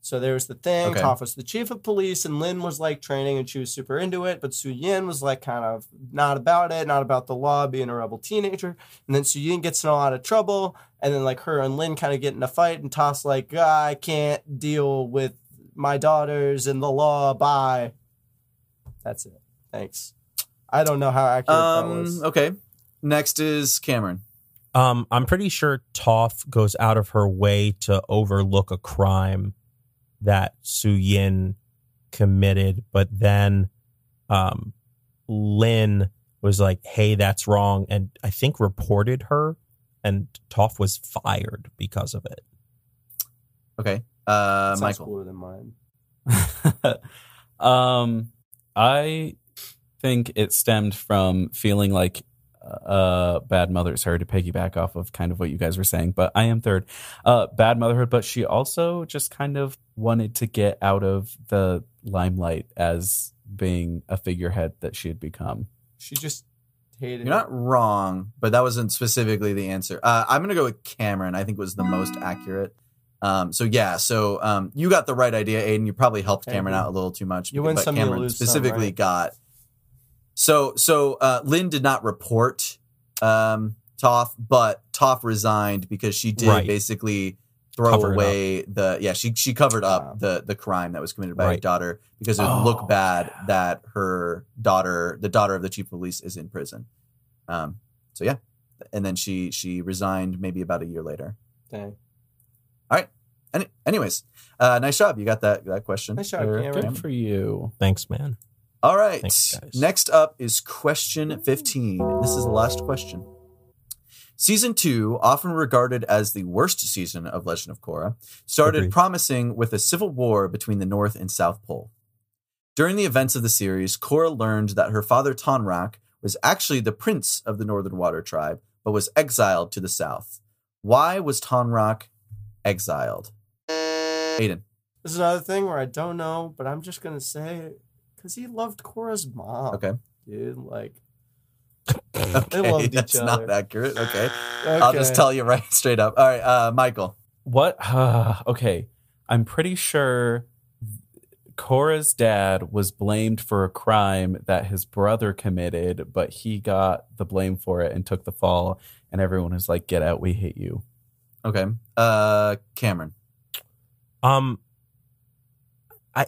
Speaker 2: So there was the thing.
Speaker 1: Okay.
Speaker 2: Toph was the chief of police, and Lin was like training, and she was super into it. But Su Yin was like kind of not about it, not about the law, being a rebel teenager. And then Su Yin gets in a lot of trouble, and then like her and Lin kind of get in a fight, and Toph's like, "Ah, I can't deal with my daughters and the law. Bye. That's it. Thanks. I don't know how accurate that was.
Speaker 1: Um, okay. Next is Cameron.
Speaker 4: Um, I'm pretty sure Toph goes out of her way to overlook a crime that Su Yin committed, but then um, Lin was like, "Hey, that's wrong," and I think reported her, and Toph was fired because of it.
Speaker 1: Okay. Uh,
Speaker 2: Sounds
Speaker 1: Michael.
Speaker 2: cooler than mine.
Speaker 3: um, I think it stemmed from feeling like uh bad mother sorry to piggyback off of kind of what you guys were saying but i am third uh bad motherhood but she also just kind of wanted to get out of the limelight as being a figurehead that she had become
Speaker 2: She just hated.
Speaker 1: You're not wrong, but that wasn't specifically the answer. Uh, I'm going to go with Cameron. I think was the most accurate. Um, so yeah, so um, you got the right idea, Aiden. You probably helped
Speaker 2: Thank
Speaker 1: Cameron
Speaker 2: you.
Speaker 1: out a little too much.
Speaker 2: You win
Speaker 1: but
Speaker 2: some, you
Speaker 1: Cameron
Speaker 2: lose some,
Speaker 1: specifically
Speaker 2: right?
Speaker 1: got. So so uh, Lynn did not report um, Toph, but Toph resigned because she did
Speaker 4: Right.
Speaker 1: basically throw
Speaker 4: Cover it
Speaker 1: away the yeah she she covered up
Speaker 2: Wow.
Speaker 1: the the crime that was committed by her
Speaker 4: Right.
Speaker 1: daughter because it would
Speaker 3: Oh,
Speaker 1: look bad that her daughter the daughter of the chief of police is in prison. Um, so yeah, and then she she resigned maybe about a year later.
Speaker 2: Dang.
Speaker 1: Any, anyways, uh, nice job. You got that that question.
Speaker 2: Nice job,
Speaker 1: Or-
Speaker 2: Cameron.
Speaker 3: good for you
Speaker 4: Thanks, man.
Speaker 1: All right.
Speaker 4: Thanks, guys.
Speaker 1: Next up is question 15. This is the last question. Season 2, often regarded as the worst season of Legend of Korra, started
Speaker 4: Agreed.
Speaker 1: promising with a civil war between the North and South Pole. During the events of the series, Korra learned that her father Tonrak was actually the prince of the Northern Water Tribe, but was exiled to the South. Why was Tonrak exiled? Aiden.
Speaker 2: This is another thing where I don't know, but I'm just gonna say because he loved Cora's mom.
Speaker 1: Okay.
Speaker 2: dude. Like,
Speaker 1: Okay,
Speaker 2: loved each
Speaker 1: that's not
Speaker 2: other.
Speaker 1: accurate. Okay.
Speaker 2: okay.
Speaker 1: I'll just tell you right straight up. All right, uh, Michael.
Speaker 3: What? okay. I'm pretty sure Cora's dad was blamed for a crime that his brother committed, but he got the blame for it and took the fall. And everyone was like, "Get out! We hate you."
Speaker 1: Okay. Uh, Cameron.
Speaker 4: Um, I,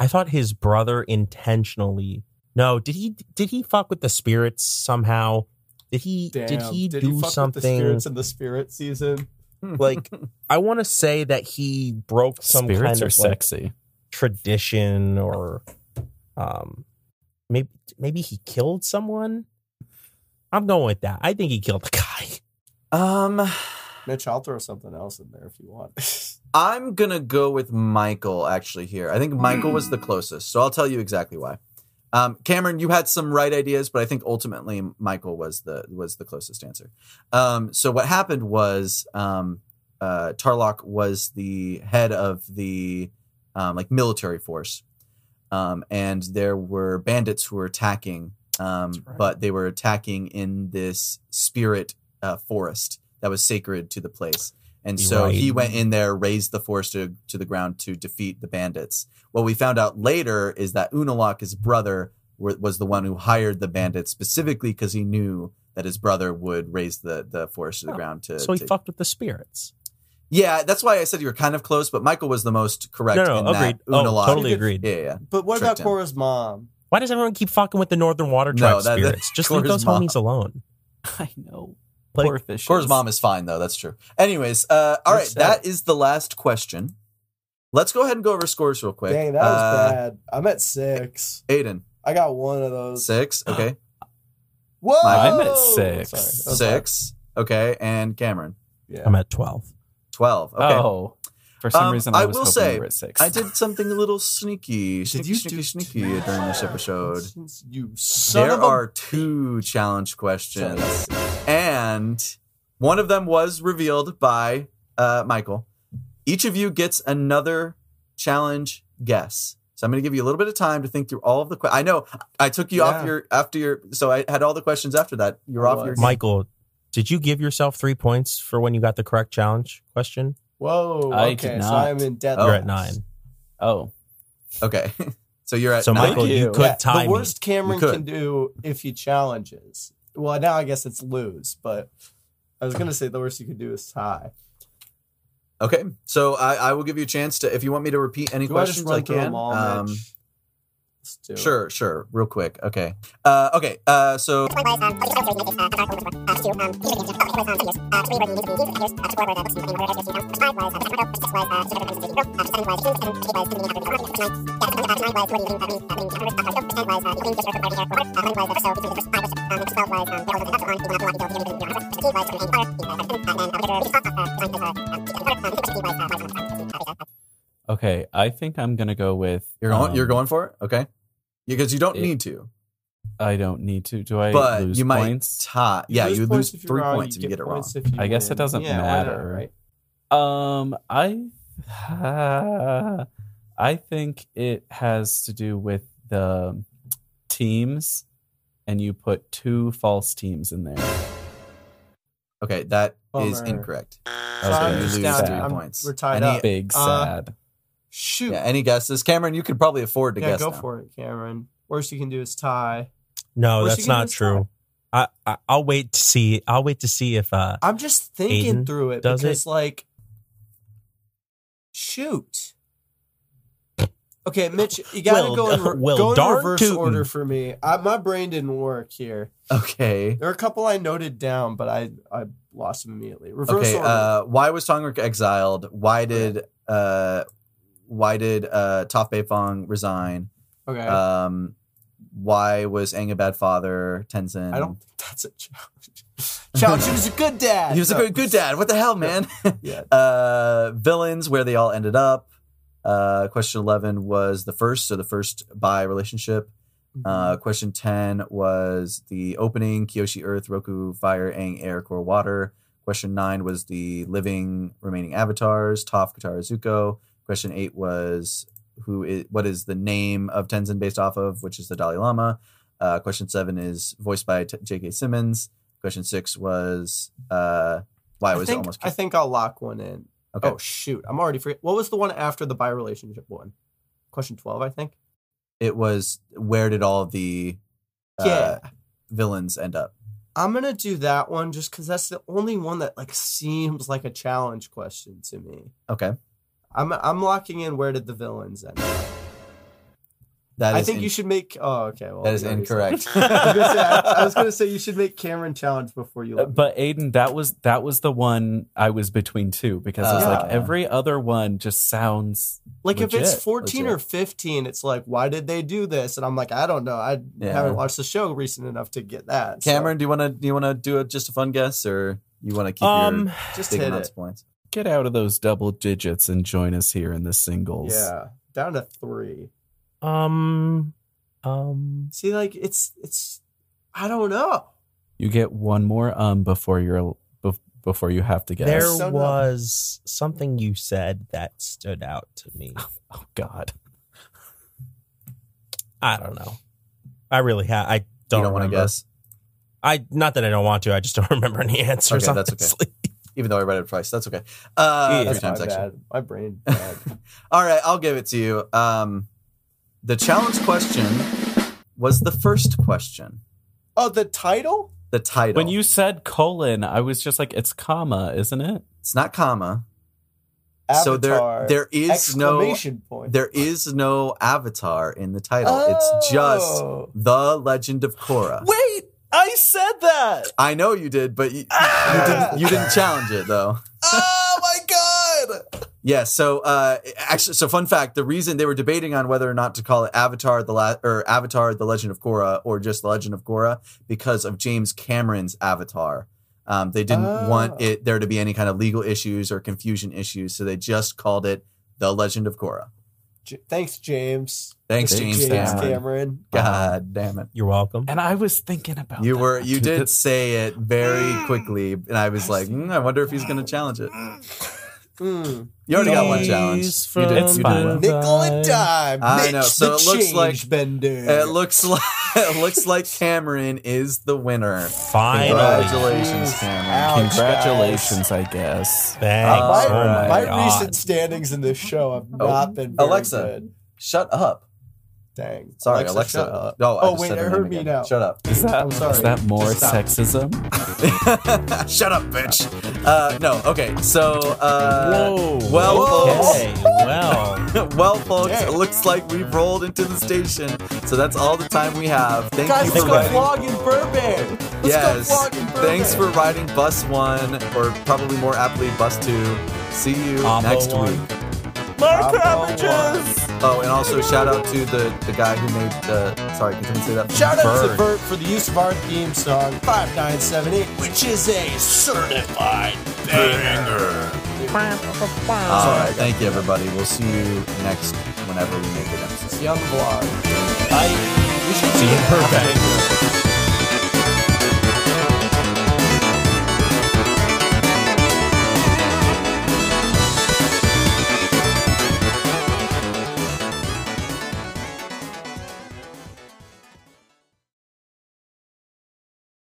Speaker 4: I thought his brother intentionally. No, did he? Did he fuck with the spirits somehow? Did he?
Speaker 2: Damn.
Speaker 4: did he
Speaker 2: did
Speaker 4: do
Speaker 2: fuck
Speaker 4: something?
Speaker 2: With the spirits in the spirit season.
Speaker 4: Like- I want to say that he broke some
Speaker 3: Spirits
Speaker 4: kind
Speaker 3: are
Speaker 4: of like,
Speaker 3: sexy.
Speaker 4: tradition, or um, maybe maybe he killed someone. I'm going with that. I think he killed the guy.
Speaker 1: um,
Speaker 2: Mitch, I'll throw something else in there if you want.
Speaker 1: I'm gonna go with Michael actually here. I think Michael was the closest, so I'll tell you exactly why. Um, Cameron, you had some right ideas, but I think ultimately Michael was the was the closest answer. Um, so what happened was um, uh, Tarlock was the head of the um, like military force, um, and there were bandits who were attacking, um,
Speaker 2: That's right.
Speaker 1: but they were attacking in this spirit uh, forest that was sacred to the place. And so
Speaker 4: Right.
Speaker 1: he went in there, raised the force to, to the ground to defeat the bandits. What we found out later is that Unalak, his brother, wa- was the one who hired the bandits specifically because he knew that his brother would raise the, the force to the
Speaker 4: Oh,
Speaker 1: ground to.
Speaker 4: So he
Speaker 1: to-
Speaker 4: fucked with the spirits.
Speaker 1: Yeah, that's why I said you were kind of close, but Michael was the most correct.
Speaker 4: No, no,
Speaker 1: in
Speaker 4: agreed.
Speaker 1: That
Speaker 4: Oh,
Speaker 1: Unalak-
Speaker 4: totally agreed.
Speaker 1: Yeah, yeah.
Speaker 2: but what
Speaker 1: Tricked
Speaker 2: about
Speaker 1: him.
Speaker 2: Cora's mom?
Speaker 4: Why does everyone keep fucking with the Northern Water
Speaker 1: No, that-
Speaker 4: Tribe
Speaker 1: that-
Speaker 4: spirits? Just leave
Speaker 1: Cora's
Speaker 4: those
Speaker 1: mom-
Speaker 4: homies alone.
Speaker 3: I know.
Speaker 4: Like,
Speaker 3: Poor fishes.
Speaker 1: Cora's mom is fine though. That's true. Anyways, uh, all
Speaker 2: Good
Speaker 1: right,
Speaker 2: set.
Speaker 1: that is the last question. Let's go ahead and go over scores real quick.
Speaker 2: Dang, that was
Speaker 1: Uh,
Speaker 2: bad. I'm at six.
Speaker 1: Aiden,
Speaker 2: I got one of those.
Speaker 1: six. Okay,
Speaker 2: Whoa!
Speaker 3: I'm at six.
Speaker 2: Sorry, that was loud.
Speaker 1: six. Okay, and Cameron,
Speaker 2: Yeah.
Speaker 4: I'm at 12.
Speaker 1: twelve. Okay.
Speaker 3: Oh, for some
Speaker 1: Um,
Speaker 3: reason I,
Speaker 1: I
Speaker 3: was
Speaker 1: will
Speaker 3: hoping
Speaker 1: say,
Speaker 3: you were at six.
Speaker 1: I did something a little sneaky.
Speaker 2: Did
Speaker 1: sneaky,
Speaker 2: you
Speaker 1: sneaky,
Speaker 2: do
Speaker 1: sneaky during this episode?
Speaker 2: You son
Speaker 1: there
Speaker 2: of a
Speaker 1: are two challenge questions, and one of them was revealed by uh, Michael. Each of you gets another challenge guess. So I'm going to give you a little bit of time to think through all of the. Que- I know I took you off
Speaker 2: Yeah.
Speaker 1: your after your. So I had all the questions after that. You're
Speaker 2: I
Speaker 1: off your.
Speaker 2: was.
Speaker 4: Michael, did you give yourself three points for when you got the correct challenge question?
Speaker 2: Whoa.
Speaker 3: I
Speaker 2: okay,
Speaker 3: did
Speaker 2: so
Speaker 3: not.
Speaker 2: I'm in dead
Speaker 4: You're
Speaker 1: Oh.
Speaker 4: at nine.
Speaker 3: oh,
Speaker 1: Okay, so you're at.
Speaker 4: So,
Speaker 1: nine.
Speaker 4: Michael, you,
Speaker 3: you.
Speaker 4: could tie
Speaker 2: the
Speaker 4: me.
Speaker 2: worst Cameron
Speaker 1: You could.
Speaker 2: can do if he challenges. Well, now I guess it's lose, but I was gonna say the worst you could do is tie.
Speaker 1: Okay, so I, I will give you a chance to if you want me to repeat any
Speaker 2: Do I
Speaker 1: questions.
Speaker 2: just
Speaker 1: I,
Speaker 2: run through
Speaker 1: can.
Speaker 2: them all,
Speaker 1: Um,
Speaker 2: Mitch? Let's do it.
Speaker 1: Sure, sure. Real quick. Okay. Uh, okay. Uh, so
Speaker 3: okay. I think I'm gonna go with
Speaker 1: you're going.
Speaker 3: um,
Speaker 1: you're going for it. Okay. Because you don't
Speaker 3: it-
Speaker 1: need to,
Speaker 3: I don't need to. Do I
Speaker 1: but
Speaker 3: lose
Speaker 1: you might
Speaker 3: points?
Speaker 1: tie. Yeah, you lose
Speaker 2: points if you're
Speaker 1: three
Speaker 2: wrong,
Speaker 1: points if you get it wrong.
Speaker 2: points if you
Speaker 3: I guess it
Speaker 2: win.
Speaker 3: doesn't
Speaker 2: Yeah, why not,
Speaker 3: matter.
Speaker 2: right?
Speaker 3: Um, I, I think it has to do with the teams, and you put two false teams in there.
Speaker 1: Okay, that is
Speaker 2: Bummer.
Speaker 1: incorrect.
Speaker 2: So
Speaker 3: Okay.
Speaker 2: I'm
Speaker 1: You
Speaker 2: just
Speaker 1: lose
Speaker 2: down-
Speaker 1: three
Speaker 2: I'm-
Speaker 1: points.
Speaker 2: We're tied
Speaker 1: Any-
Speaker 2: up.
Speaker 3: Big
Speaker 2: Uh,
Speaker 3: sad.
Speaker 2: Shoot.
Speaker 1: Yeah. Any guesses, Cameron? You could probably afford to
Speaker 2: Hmm. Yeah,
Speaker 1: guess.
Speaker 2: go
Speaker 1: now.
Speaker 2: for it, Cameron. Worst you can do is tie.
Speaker 4: No,
Speaker 2: Worst you
Speaker 4: that's
Speaker 2: can do
Speaker 4: not
Speaker 2: is
Speaker 4: true. I, I I'll wait to see. I'll wait to see if uh
Speaker 2: I'm just thinking
Speaker 4: Aiden
Speaker 2: through it
Speaker 4: does
Speaker 2: because, like, shoot. Okay, Mitch, you gotta
Speaker 4: Well,
Speaker 1: uh,
Speaker 2: go in, re-
Speaker 4: well,
Speaker 2: go in
Speaker 4: darn
Speaker 2: reverse
Speaker 4: tootin'.
Speaker 2: order for me. I, my brain didn't work here.
Speaker 1: Okay.
Speaker 2: There are a couple I noted down, but I I lost them immediately. Reverse
Speaker 1: Okay.
Speaker 2: order.
Speaker 1: Uh, why was Tongrik exiled? Why did uh, why did uh, Toph Beifong resign?
Speaker 2: okay,
Speaker 1: Um, why was Aang a bad father? Tenzin.
Speaker 2: I don't think that's a challenge. challenge. He was a good dad.
Speaker 1: He was a
Speaker 2: No.
Speaker 1: good, good dad. What the hell, man?
Speaker 2: Yeah.
Speaker 1: uh, villains, where they all ended up. Uh, question 11 was the first, so the first bi relationship. Uh, question 10 was the opening Kyoshi Earth, Roku, Fire, Aang, Air, Core, Water. Question 9 was the living remaining avatars, Toph, Katara, Zuko. Question 8 was who is, what is the name of Tenzin based off of, which is the Dalai Lama. Uh, question 7 is voiced by T- J.K. Simmons. Question 6 was uh, why
Speaker 2: I
Speaker 1: was it
Speaker 2: think,
Speaker 1: almost
Speaker 2: I oh. think I'll lock one in.
Speaker 1: Okay.
Speaker 2: Oh shoot, I'm already free. What was the one after the bi relationship one? question 12, I think.
Speaker 1: It was where did all the uh,
Speaker 2: yeah.
Speaker 1: villains end up?
Speaker 2: I'm gonna do that one just because that's the only one that like seems like a challenge question to me.
Speaker 1: Okay,
Speaker 2: I'm I'm locking in where did the villains end up.
Speaker 1: that is
Speaker 2: I think
Speaker 1: in-
Speaker 2: you should make oh okay well
Speaker 1: That is
Speaker 2: we already said-
Speaker 1: incorrect.
Speaker 2: I, was gonna say, I, I was gonna say you should make Cameron challenge before you
Speaker 3: Uh,
Speaker 2: let me-
Speaker 3: But Aiden, that was that was the one I was between two because it's
Speaker 1: Uh,
Speaker 2: Ah.
Speaker 3: like every other one just sounds
Speaker 2: like if it's
Speaker 3: legit,
Speaker 2: 14 or 15 it's like why did they do this and I'm like I don't know I
Speaker 1: Yeah.
Speaker 2: haven't watched the show recent enough to get that so
Speaker 1: Cameron, do you want to do you want to do a, just a fun guess, or you want to keep
Speaker 4: Um,
Speaker 1: your
Speaker 2: just
Speaker 1: big
Speaker 2: hit
Speaker 1: amounts
Speaker 2: it
Speaker 1: of points?
Speaker 3: get out of those double digits and join us here in the singles.
Speaker 2: yeah down to three
Speaker 4: Um, um,
Speaker 2: see like it's it's I don't know
Speaker 3: You get one more um before you're bef- before you have to guess.
Speaker 4: there
Speaker 2: So dumb.
Speaker 4: was something you said that stood out to me.
Speaker 3: Oh God.
Speaker 4: I don't know. I really ha I don't,
Speaker 1: you don't want to
Speaker 4: remember.
Speaker 1: guess,
Speaker 4: I not that I don't want to. I just don't remember any answers.
Speaker 1: Okay, that's okay.
Speaker 4: honestly.
Speaker 1: even though I read it twice. That's okay. Uh,
Speaker 4: Yeah.
Speaker 1: three times
Speaker 2: my
Speaker 1: actually.
Speaker 2: bad. my brain bad.
Speaker 1: All right, I'll give it to you. Um, the challenge question was the first question.
Speaker 2: oh the title
Speaker 1: The title.
Speaker 3: When you said colon, I was just like, it's comma, isn't it?
Speaker 1: it's not comma. so there
Speaker 2: Avatar
Speaker 1: there is no
Speaker 2: exclamation point
Speaker 1: there is no avatar in the title. It's just
Speaker 2: Oh.
Speaker 1: the Legend of Korra.
Speaker 3: Wait, I said that.
Speaker 1: I know you did, but you, you didn't. You didn't challenge it though.
Speaker 2: Ah! oh my god
Speaker 1: Yeah. So uh, actually, so fun fact: the reason they were debating on whether or not to call it Avatar the La- or Avatar the Legend of Korra or just the Legend of Korra because of James Cameron's Avatar. Um, they didn't
Speaker 2: Oh.
Speaker 1: want it there to be any kind of legal issues or confusion issues, so they just called it the Legend of Korra.
Speaker 2: J- thanks James
Speaker 1: Thanks,
Speaker 3: Thanks,
Speaker 1: James,
Speaker 2: James
Speaker 1: Cameron.
Speaker 2: Cameron,
Speaker 1: God damn it!
Speaker 4: You're welcome.
Speaker 3: And I was thinking about
Speaker 1: You
Speaker 3: that.
Speaker 1: were you
Speaker 3: Dude,
Speaker 1: did
Speaker 3: this-
Speaker 1: say it very quickly, and I was like, mm, I wonder if he's going to challenge it.
Speaker 2: Mm.
Speaker 1: You already got one
Speaker 4: Please
Speaker 1: challenge. You
Speaker 4: from
Speaker 1: did.
Speaker 3: It's
Speaker 1: you
Speaker 3: fine.
Speaker 1: Did well.
Speaker 2: Nickel and dime
Speaker 1: I
Speaker 2: Mitch,
Speaker 1: know, so
Speaker 2: the
Speaker 1: it looks
Speaker 2: change
Speaker 1: like-
Speaker 2: bender
Speaker 1: It looks like it looks like Cameron is the winner.
Speaker 4: Finally.
Speaker 1: Congratulations,
Speaker 2: Jeez.
Speaker 1: Cameron.
Speaker 2: Ouch,
Speaker 3: Congratulations, I guess.
Speaker 4: Thanks.
Speaker 1: Uh,
Speaker 2: my,
Speaker 4: oh my,
Speaker 2: my
Speaker 4: God.
Speaker 2: recent standings in this show have
Speaker 1: Oh.
Speaker 2: not been very
Speaker 1: Alexa.
Speaker 2: good.
Speaker 1: Shut up.
Speaker 2: Dang.
Speaker 1: Sorry, Alexa.
Speaker 2: shut up.
Speaker 1: No, I
Speaker 2: oh,
Speaker 1: just
Speaker 2: wait,
Speaker 1: said
Speaker 2: I
Speaker 1: her name
Speaker 2: heard me
Speaker 1: again.
Speaker 2: now.
Speaker 1: Shut up.
Speaker 3: Is that,
Speaker 2: I'm sorry.
Speaker 3: is that more
Speaker 2: Just stop.
Speaker 3: sexism?
Speaker 1: Shut up, bitch. Uh, no, okay. So, uh,
Speaker 4: Whoa.
Speaker 1: well,
Speaker 4: okay. well.
Speaker 1: well, folks,
Speaker 2: Dang.
Speaker 1: it looks like we've rolled into the station. So that's all the time we have. Thank
Speaker 2: Guys,
Speaker 1: you
Speaker 2: let's
Speaker 1: for
Speaker 2: go
Speaker 1: riding.
Speaker 2: vlog in Burbank. Let's
Speaker 1: yes.
Speaker 2: go vlog in Burbank.
Speaker 1: Thanks for riding bus one, or probably more aptly bus two. See you
Speaker 4: Combo
Speaker 1: next
Speaker 4: one.
Speaker 1: week.
Speaker 2: Combo one.
Speaker 1: Oh, and also shout out to the, the guy who made the. Sorry, can someone say that?
Speaker 2: Shout out to
Speaker 4: Bird.
Speaker 2: Bert for the use of our theme song 5978, which is a certified
Speaker 1: All right, thank you, everybody. We'll see you next whenever we make an episode.
Speaker 2: young vlog.
Speaker 4: See you in Burbank.